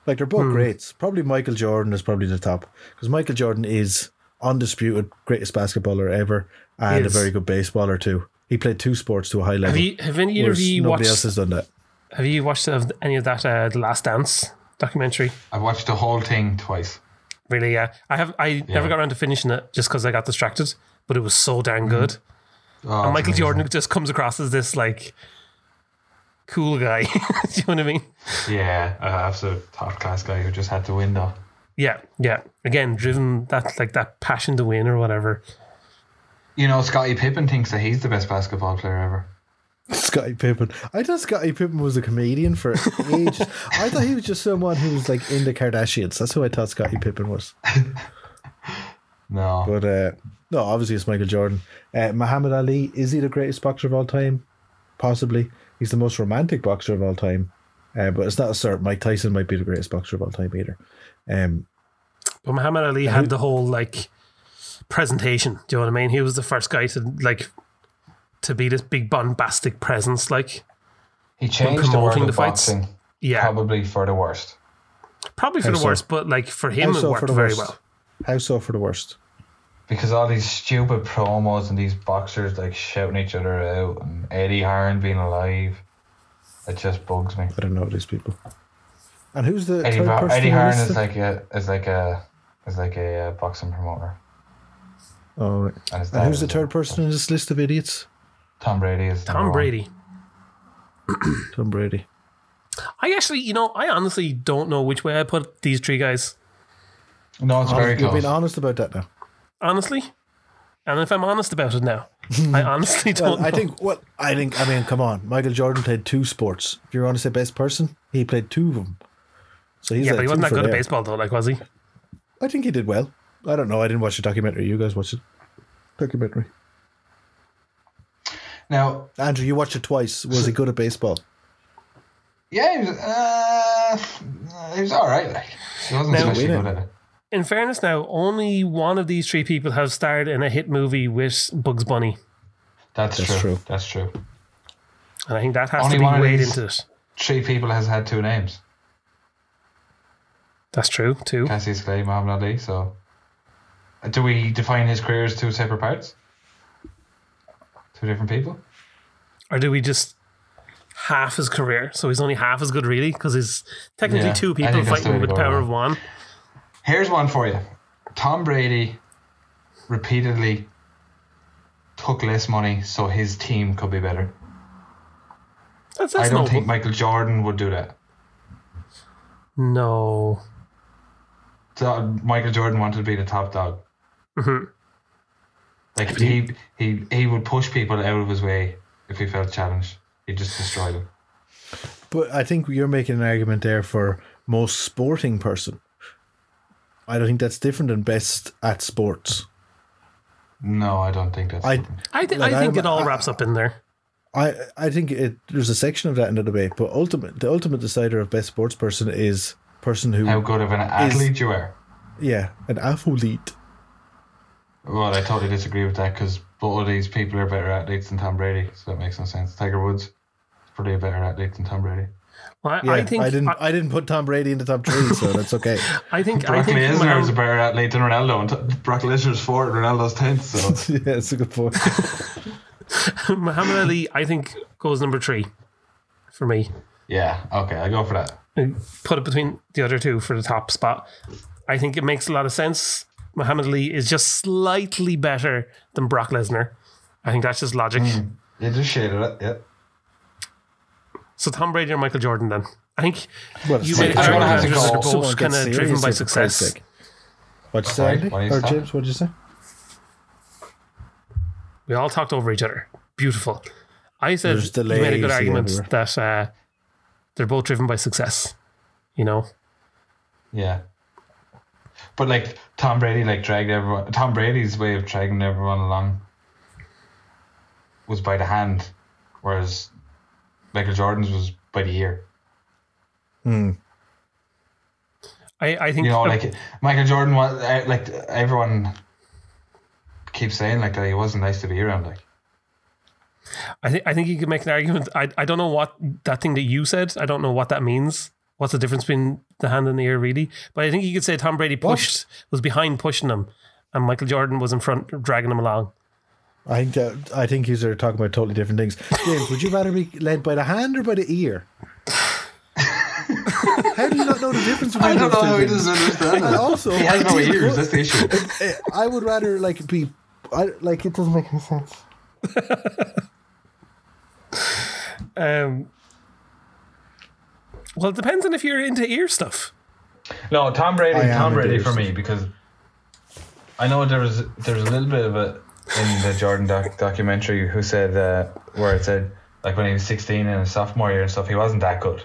[SPEAKER 2] Like they're both
[SPEAKER 1] Hmm.
[SPEAKER 2] greats. Probably Michael Jordan is probably the top because Michael Jordan is undisputed greatest basketballer ever and a
[SPEAKER 1] is.
[SPEAKER 2] very good baseballer too. He played two sports to a high level.
[SPEAKER 1] Have you, have any of
[SPEAKER 2] whereas
[SPEAKER 1] you
[SPEAKER 2] nobody
[SPEAKER 1] watched?
[SPEAKER 2] else has done that.
[SPEAKER 1] Have you watched of any of that uh, The Last Dance documentary?
[SPEAKER 5] I've watched the whole thing twice.
[SPEAKER 1] Really, yeah. I have. I never
[SPEAKER 5] Yeah.
[SPEAKER 1] got around to finishing it just because I got distracted. But it was so damn good.
[SPEAKER 5] Oh,
[SPEAKER 1] And Michael
[SPEAKER 5] amazing.
[SPEAKER 1] Jordan just comes across as this like cool guy. Do you know what I mean?
[SPEAKER 4] Yeah, an absolute top class guy who just had to win though.
[SPEAKER 1] Yeah, yeah. Again, driven that like that passion to win or whatever.
[SPEAKER 4] You know, Scottie Pippen thinks that he's the best basketball player ever.
[SPEAKER 2] Scotty Pippen. I thought Scotty Pippen was a comedian for ages. I thought he was just someone who was like in the Kardashians. That's who I thought Scotty Pippen was.
[SPEAKER 4] No,
[SPEAKER 2] But uh, no, obviously it's Michael Jordan. Uh, Muhammad Ali is he the greatest boxer of all time? Possibly. He's the most romantic boxer of all time. Uh, but it's not a cert. Mike Tyson might be the greatest boxer of all time either. Um,
[SPEAKER 1] But Muhammad Ali had the whole like presentation. Do you know what I mean? He was the first guy to like to be this big bombastic presence. Like,
[SPEAKER 4] he changed the world
[SPEAKER 1] promoting
[SPEAKER 4] of
[SPEAKER 1] the fights?
[SPEAKER 4] boxing
[SPEAKER 1] yeah, probably,
[SPEAKER 4] probably for the worst.
[SPEAKER 1] for the
[SPEAKER 2] How so?
[SPEAKER 1] worst, but like for him,
[SPEAKER 2] how
[SPEAKER 1] it
[SPEAKER 2] so
[SPEAKER 1] worked
[SPEAKER 2] for the
[SPEAKER 1] very
[SPEAKER 2] worst?
[SPEAKER 1] well.
[SPEAKER 2] How so for the worst?
[SPEAKER 4] because all these stupid promos and these boxers like shouting each other out and Eddie Hearn being alive, it just bugs me.
[SPEAKER 2] I don't know these people. And who's the
[SPEAKER 4] Eddie,
[SPEAKER 2] third
[SPEAKER 4] Var-
[SPEAKER 2] person
[SPEAKER 4] Eddie
[SPEAKER 2] we
[SPEAKER 4] Hearn
[SPEAKER 2] listed?
[SPEAKER 4] is like a is like a is like a uh, boxing promoter.
[SPEAKER 2] Oh, right.
[SPEAKER 4] And, his
[SPEAKER 2] And
[SPEAKER 4] dad
[SPEAKER 2] who's
[SPEAKER 1] Um,
[SPEAKER 2] the
[SPEAKER 4] is-
[SPEAKER 2] third person in this list of idiots?
[SPEAKER 4] Tom Brady is number
[SPEAKER 1] Tom
[SPEAKER 4] one.
[SPEAKER 1] Brady.
[SPEAKER 2] Tom Brady.
[SPEAKER 1] I actually, you know, I honestly don't know which way I put these three guys.
[SPEAKER 4] No, it's very
[SPEAKER 2] Honest, you're
[SPEAKER 4] close.
[SPEAKER 2] being honest about that now.
[SPEAKER 1] Honestly, and if I'm honest about it now, I honestly don't.
[SPEAKER 2] Well, I
[SPEAKER 1] know.
[SPEAKER 2] think. Well, I think. I mean, come on. Michael Jordan played two sports. If you want to say best person, he played two of them. So he's
[SPEAKER 1] yeah,
[SPEAKER 2] at
[SPEAKER 1] but he
[SPEAKER 2] two
[SPEAKER 1] wasn't that
[SPEAKER 2] for
[SPEAKER 1] good at
[SPEAKER 2] there.
[SPEAKER 1] baseball though. Like, was he?
[SPEAKER 2] I think he did well. I don't know. I didn't watch the documentary. You guys watched it. Documentary.
[SPEAKER 4] Now,
[SPEAKER 2] Andrew, you watched it twice. Was he good at baseball?
[SPEAKER 4] yeah, he was, uh, he was all right. Like he wasn't
[SPEAKER 1] Now-
[SPEAKER 4] especially
[SPEAKER 2] Wait a
[SPEAKER 4] good at it.
[SPEAKER 1] In fairness, now only one of these three people have starred in a hit movie with Bugs Bunny,
[SPEAKER 4] That's,
[SPEAKER 2] That's
[SPEAKER 4] true.
[SPEAKER 2] true.
[SPEAKER 4] That's true.
[SPEAKER 1] and I think that has
[SPEAKER 4] Only
[SPEAKER 1] to
[SPEAKER 4] one
[SPEAKER 1] be
[SPEAKER 4] of
[SPEAKER 1] weighed
[SPEAKER 4] these-
[SPEAKER 1] into it.
[SPEAKER 4] Three people has had two names:
[SPEAKER 1] That's true too.
[SPEAKER 4] Cassius Clay, Muhammad Ali. So, Uh, do we define his career as two separate parts? Two different people.
[SPEAKER 1] or do we just half his career? So he's only half as good, really, because he's technically
[SPEAKER 4] Yeah,
[SPEAKER 1] two
[SPEAKER 4] I think
[SPEAKER 1] people
[SPEAKER 4] that's the way
[SPEAKER 1] fighting
[SPEAKER 4] to
[SPEAKER 1] with the
[SPEAKER 4] go
[SPEAKER 1] power
[SPEAKER 4] around.
[SPEAKER 1] of one.
[SPEAKER 4] Here's one for you. Tom Brady repeatedly took less money so his team could be better.
[SPEAKER 1] That's,
[SPEAKER 4] I
[SPEAKER 1] that's
[SPEAKER 4] don't
[SPEAKER 1] noble.
[SPEAKER 4] think Michael Jordan would do that.
[SPEAKER 1] no.
[SPEAKER 4] So Michael Jordan wanted to be the top dog.
[SPEAKER 1] Mhm.
[SPEAKER 4] Like he, he he would push people out of his way if he felt challenged. He just destroyed them.
[SPEAKER 2] But I think you're making an argument there for most sporting person. I don't think that's different than best at sports.
[SPEAKER 4] No, I don't think that's.
[SPEAKER 2] I
[SPEAKER 1] I, th-
[SPEAKER 2] Like,
[SPEAKER 1] I think
[SPEAKER 2] I'm-
[SPEAKER 1] it all
[SPEAKER 2] I-
[SPEAKER 1] wraps up in there.
[SPEAKER 2] I I think it, there's a section of that in the debate, but ultimate the ultimate decider of best sports person is person who
[SPEAKER 4] how good of an athlete you are.
[SPEAKER 2] yeah an athlete.
[SPEAKER 4] Well, I totally disagree with that because both of these people are better athletes than Tom Brady, so that makes no sense. Tiger Woods is probably a better athlete than Tom Brady.
[SPEAKER 1] Well, I,
[SPEAKER 2] Yeah,
[SPEAKER 1] I think
[SPEAKER 2] I didn't
[SPEAKER 1] I,
[SPEAKER 2] I, didn't put Tom Brady in the top three, so that's okay.
[SPEAKER 1] I think I
[SPEAKER 4] Brock
[SPEAKER 1] think
[SPEAKER 4] Lesnar is a
[SPEAKER 1] Muhammad,
[SPEAKER 4] better athlete than Ronaldo, and t- Brock Lesnar's fourth, Ronaldo's tenth. So
[SPEAKER 2] yeah, that's a good point.
[SPEAKER 1] Muhammad Ali I think goes number three for me.
[SPEAKER 4] yeah, okay, I go for that.
[SPEAKER 1] I Put it between the other two for the top spot. I think it makes a lot of sense. Muhammad Ali is just slightly better than Brock Lesnar. I think that's just logic.
[SPEAKER 2] Hmm.
[SPEAKER 4] You just shaded it. Yeah.
[SPEAKER 1] So Tom Brady or Michael Jordan then? I think
[SPEAKER 2] Well,
[SPEAKER 1] you
[SPEAKER 2] it's
[SPEAKER 1] made
[SPEAKER 2] like-
[SPEAKER 1] an
[SPEAKER 4] I don't
[SPEAKER 1] argument
[SPEAKER 4] have to
[SPEAKER 1] because they're
[SPEAKER 4] go-
[SPEAKER 2] Someone
[SPEAKER 1] both
[SPEAKER 2] gets
[SPEAKER 1] kind of
[SPEAKER 2] serious
[SPEAKER 1] driven by
[SPEAKER 2] here, for
[SPEAKER 1] success.
[SPEAKER 2] Christ's sake. What'd you say,
[SPEAKER 4] Sorry,
[SPEAKER 2] Andy?
[SPEAKER 4] why do you
[SPEAKER 2] Or
[SPEAKER 4] stop?
[SPEAKER 2] James? What'd you say?
[SPEAKER 1] We all talked over each other. Beautiful. I said
[SPEAKER 2] There's
[SPEAKER 1] you made a good
[SPEAKER 2] delays
[SPEAKER 1] argument
[SPEAKER 2] everywhere.
[SPEAKER 1] that uh, they're both driven by success. You know,
[SPEAKER 4] Yeah. But like Tom Brady, like dragged everyone. Tom Brady's way of dragging everyone along was by the hand, whereas Michael Jordan's was by the ear.
[SPEAKER 1] I, I think
[SPEAKER 4] You know,
[SPEAKER 1] uh,
[SPEAKER 4] like Michael Jordan was uh, like everyone keeps saying like that he wasn't nice to be around. Like
[SPEAKER 1] I think I think you could make an argument. I I don't know what that thing that you said. I don't know what that means. What's the difference between the hand and the ear, really? But I think you could say Tom Brady pushed was behind pushing him, and Michael Jordan was in front dragging him along.
[SPEAKER 2] I think that I think you are talking about totally different things. James, would you rather be led by the hand or by the ear? how do you not know the difference between those two things?
[SPEAKER 4] understand
[SPEAKER 2] And also,
[SPEAKER 4] He has no ears. That's the issue.
[SPEAKER 2] Eh, I would rather like be, I, like it doesn't make any sense.
[SPEAKER 1] Um, Well, it depends on if you're into ear stuff.
[SPEAKER 5] No, Tom Brady,
[SPEAKER 2] I am
[SPEAKER 5] Tom
[SPEAKER 2] a
[SPEAKER 5] Brady
[SPEAKER 2] Bears
[SPEAKER 5] for me because I know there was there's a little bit of it in the Jordan doc- documentary who said uh, where it said like when he was 16 in his sophomore year and stuff he wasn't that good,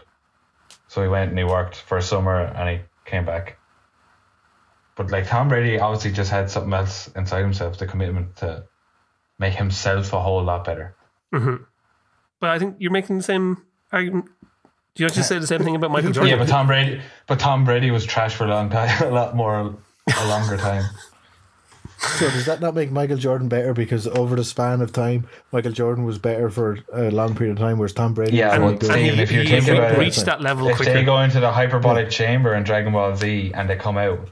[SPEAKER 5] so he went and he worked for a summer and he came back. But like Tom Brady obviously just had something else inside himself, the commitment to make himself a whole lot better.
[SPEAKER 1] But I think you're making the same argument. Do you actually say the same thing about Michael Jordan?
[SPEAKER 5] Yeah, but Tom Brady, but Tom Brady was trash for a long time, a lot more, a longer time.
[SPEAKER 2] So does that not make Michael Jordan better? Because over the span of time, Michael Jordan was better for a long period of time, whereas Tom Brady.
[SPEAKER 5] Yeah,
[SPEAKER 2] was
[SPEAKER 5] well,
[SPEAKER 2] really good.
[SPEAKER 5] I mean,
[SPEAKER 1] and he,
[SPEAKER 5] if you
[SPEAKER 1] he
[SPEAKER 5] think
[SPEAKER 1] re-
[SPEAKER 5] about it,
[SPEAKER 1] reached that level
[SPEAKER 5] if
[SPEAKER 1] quicker.
[SPEAKER 5] they go into the hyperbolic chamber in Dragon Ball Z and they come out,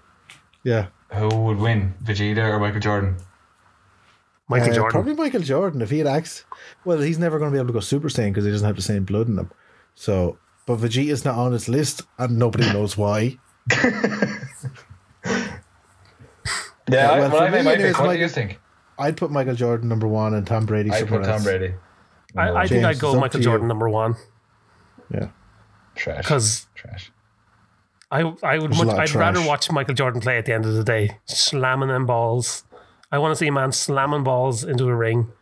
[SPEAKER 2] yeah.
[SPEAKER 5] who would win, Vegeta or Michael Jordan?
[SPEAKER 1] Michael
[SPEAKER 2] Uh,
[SPEAKER 1] Jordan.
[SPEAKER 2] Probably Michael Jordan if he had axed. Well, he's never going to be able to go Super Saiyan because he doesn't have the same blood in him. So, but Vegeta's not on his list, and nobody knows why.
[SPEAKER 5] Yeah,
[SPEAKER 2] I- well,
[SPEAKER 5] well,
[SPEAKER 2] for
[SPEAKER 5] I mean,
[SPEAKER 2] me,
[SPEAKER 5] my
[SPEAKER 2] it
[SPEAKER 5] pick.
[SPEAKER 2] is
[SPEAKER 5] What do
[SPEAKER 2] Michael-
[SPEAKER 5] you think?
[SPEAKER 2] I'd put Michael Jordan number one and Tom Brady.
[SPEAKER 5] I
[SPEAKER 2] somewhere
[SPEAKER 5] put Tom
[SPEAKER 2] else.
[SPEAKER 5] Brady.
[SPEAKER 1] I, I think
[SPEAKER 2] James,
[SPEAKER 1] I'd go
[SPEAKER 2] it's up
[SPEAKER 1] Michael
[SPEAKER 2] to you.
[SPEAKER 1] Jordan number one
[SPEAKER 2] Yeah,
[SPEAKER 5] trash.
[SPEAKER 1] because
[SPEAKER 5] Trash.
[SPEAKER 1] I I would
[SPEAKER 2] a
[SPEAKER 1] much,
[SPEAKER 2] lot of
[SPEAKER 1] I'd rather
[SPEAKER 2] trash.
[SPEAKER 1] watch Michael Jordan play at the end of the day, slamming them balls. I want to see a man slamming balls into a ring,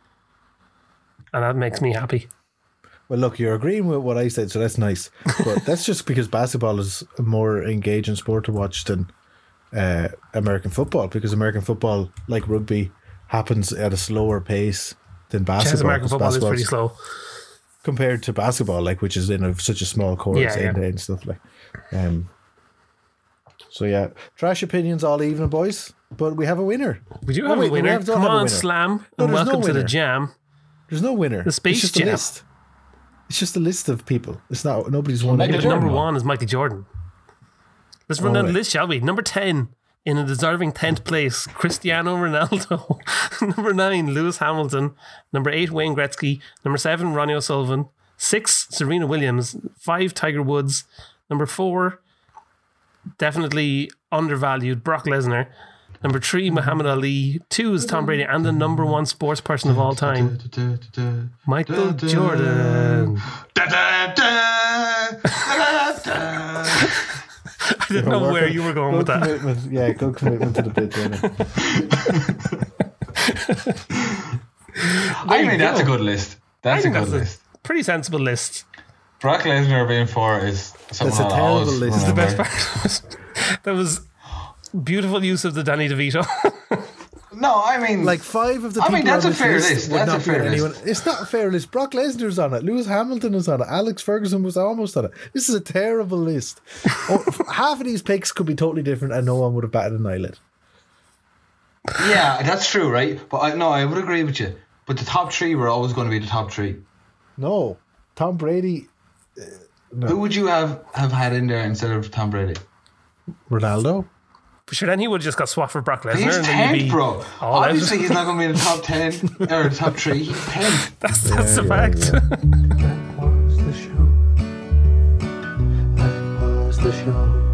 [SPEAKER 1] and that makes me happy.
[SPEAKER 2] Well, look, you're agreeing with what I said, so that's nice. But that's just because basketball is a more engaging sport to watch than uh, American football, because American football, like rugby, happens at a slower pace than basketball.
[SPEAKER 1] Chess American
[SPEAKER 2] because
[SPEAKER 1] football is
[SPEAKER 2] basketball's-
[SPEAKER 1] pretty slow.
[SPEAKER 2] compared to basketball, like which is in a, such a small course
[SPEAKER 1] Yeah, yeah.
[SPEAKER 2] end to end stuff like. Um, so yeah, trash opinions all evening, boys. But we have a winner.
[SPEAKER 1] We do
[SPEAKER 2] Oh,
[SPEAKER 1] have
[SPEAKER 2] wait,
[SPEAKER 1] a
[SPEAKER 2] we
[SPEAKER 1] winner.
[SPEAKER 2] have- don't
[SPEAKER 1] Come
[SPEAKER 2] have a
[SPEAKER 1] on,
[SPEAKER 2] winner.
[SPEAKER 1] slam,
[SPEAKER 2] No,
[SPEAKER 1] and
[SPEAKER 2] there's no
[SPEAKER 1] welcome to the
[SPEAKER 2] winner.
[SPEAKER 1] jam.
[SPEAKER 2] There's no winner. The
[SPEAKER 1] Space
[SPEAKER 2] it's just
[SPEAKER 1] Jam.
[SPEAKER 2] a list. It's just a list of people. It's not nobody's won.
[SPEAKER 5] Michael
[SPEAKER 2] anything.
[SPEAKER 5] Jordan
[SPEAKER 1] Number
[SPEAKER 5] won.
[SPEAKER 1] one is Michael Jordan. Let's run down the
[SPEAKER 2] Alright.
[SPEAKER 1] list, shall we? Number 10, in a deserving 10th place, Cristiano Ronaldo. Number 9, Lewis Hamilton. Number 8, Wayne Gretzky. Number 7, Ronnie O'Sullivan. 6, Serena Williams. 5, Tiger Woods. Number 4, definitely undervalued, Brock Lesnar. Number 3, Muhammad Ali. 2 is Tom Brady, and the number one sports person of all time, Michael Jordan. I didn't know where you were going with
[SPEAKER 2] Good
[SPEAKER 1] that.
[SPEAKER 2] commitment. Yeah, good commitment to the bit. Jordan.
[SPEAKER 5] I think that's a good list.
[SPEAKER 1] I
[SPEAKER 5] That's a
[SPEAKER 1] think
[SPEAKER 5] good
[SPEAKER 1] that's
[SPEAKER 5] list.
[SPEAKER 1] a pretty sensible list.
[SPEAKER 5] Brock Lesnar being four is something
[SPEAKER 2] That's a
[SPEAKER 5] I'll
[SPEAKER 2] terrible
[SPEAKER 5] always
[SPEAKER 2] list. It's the
[SPEAKER 5] remember.
[SPEAKER 1] best part was that was beautiful use of the Danny DeVito.
[SPEAKER 5] No, I mean,
[SPEAKER 2] Like five of the
[SPEAKER 5] I
[SPEAKER 2] people
[SPEAKER 5] mean, that's
[SPEAKER 2] on
[SPEAKER 5] a
[SPEAKER 2] this
[SPEAKER 5] fair
[SPEAKER 2] list
[SPEAKER 5] list.
[SPEAKER 2] would
[SPEAKER 5] That's
[SPEAKER 2] not
[SPEAKER 5] a
[SPEAKER 2] be
[SPEAKER 5] fair
[SPEAKER 2] on
[SPEAKER 5] list.
[SPEAKER 2] anyone. It's not a fair list. Brock Lesnar's on it. Lewis Hamilton is on it. Alex Ferguson was almost on it. This is a terrible list. oh, half of these picks could be totally different, and no one would have batted an eyelid.
[SPEAKER 5] yeah, that's true, right? But I, no, I would agree with you. But the top three were always going to be the top three.
[SPEAKER 2] No, Tom Brady,
[SPEAKER 5] Who would you have have had in there instead of Tom Brady?
[SPEAKER 2] Ronaldo.
[SPEAKER 1] But sure, then he would have just got swapped for Brock Lesnar.
[SPEAKER 5] He's
[SPEAKER 1] and then you'd
[SPEAKER 5] tenth,
[SPEAKER 1] be
[SPEAKER 5] bro.
[SPEAKER 1] all out.
[SPEAKER 5] Obviously, he's not going to be in the top ten or the top three. He's tenth.
[SPEAKER 1] That's, that's a fact.
[SPEAKER 3] That was the show. That was the show.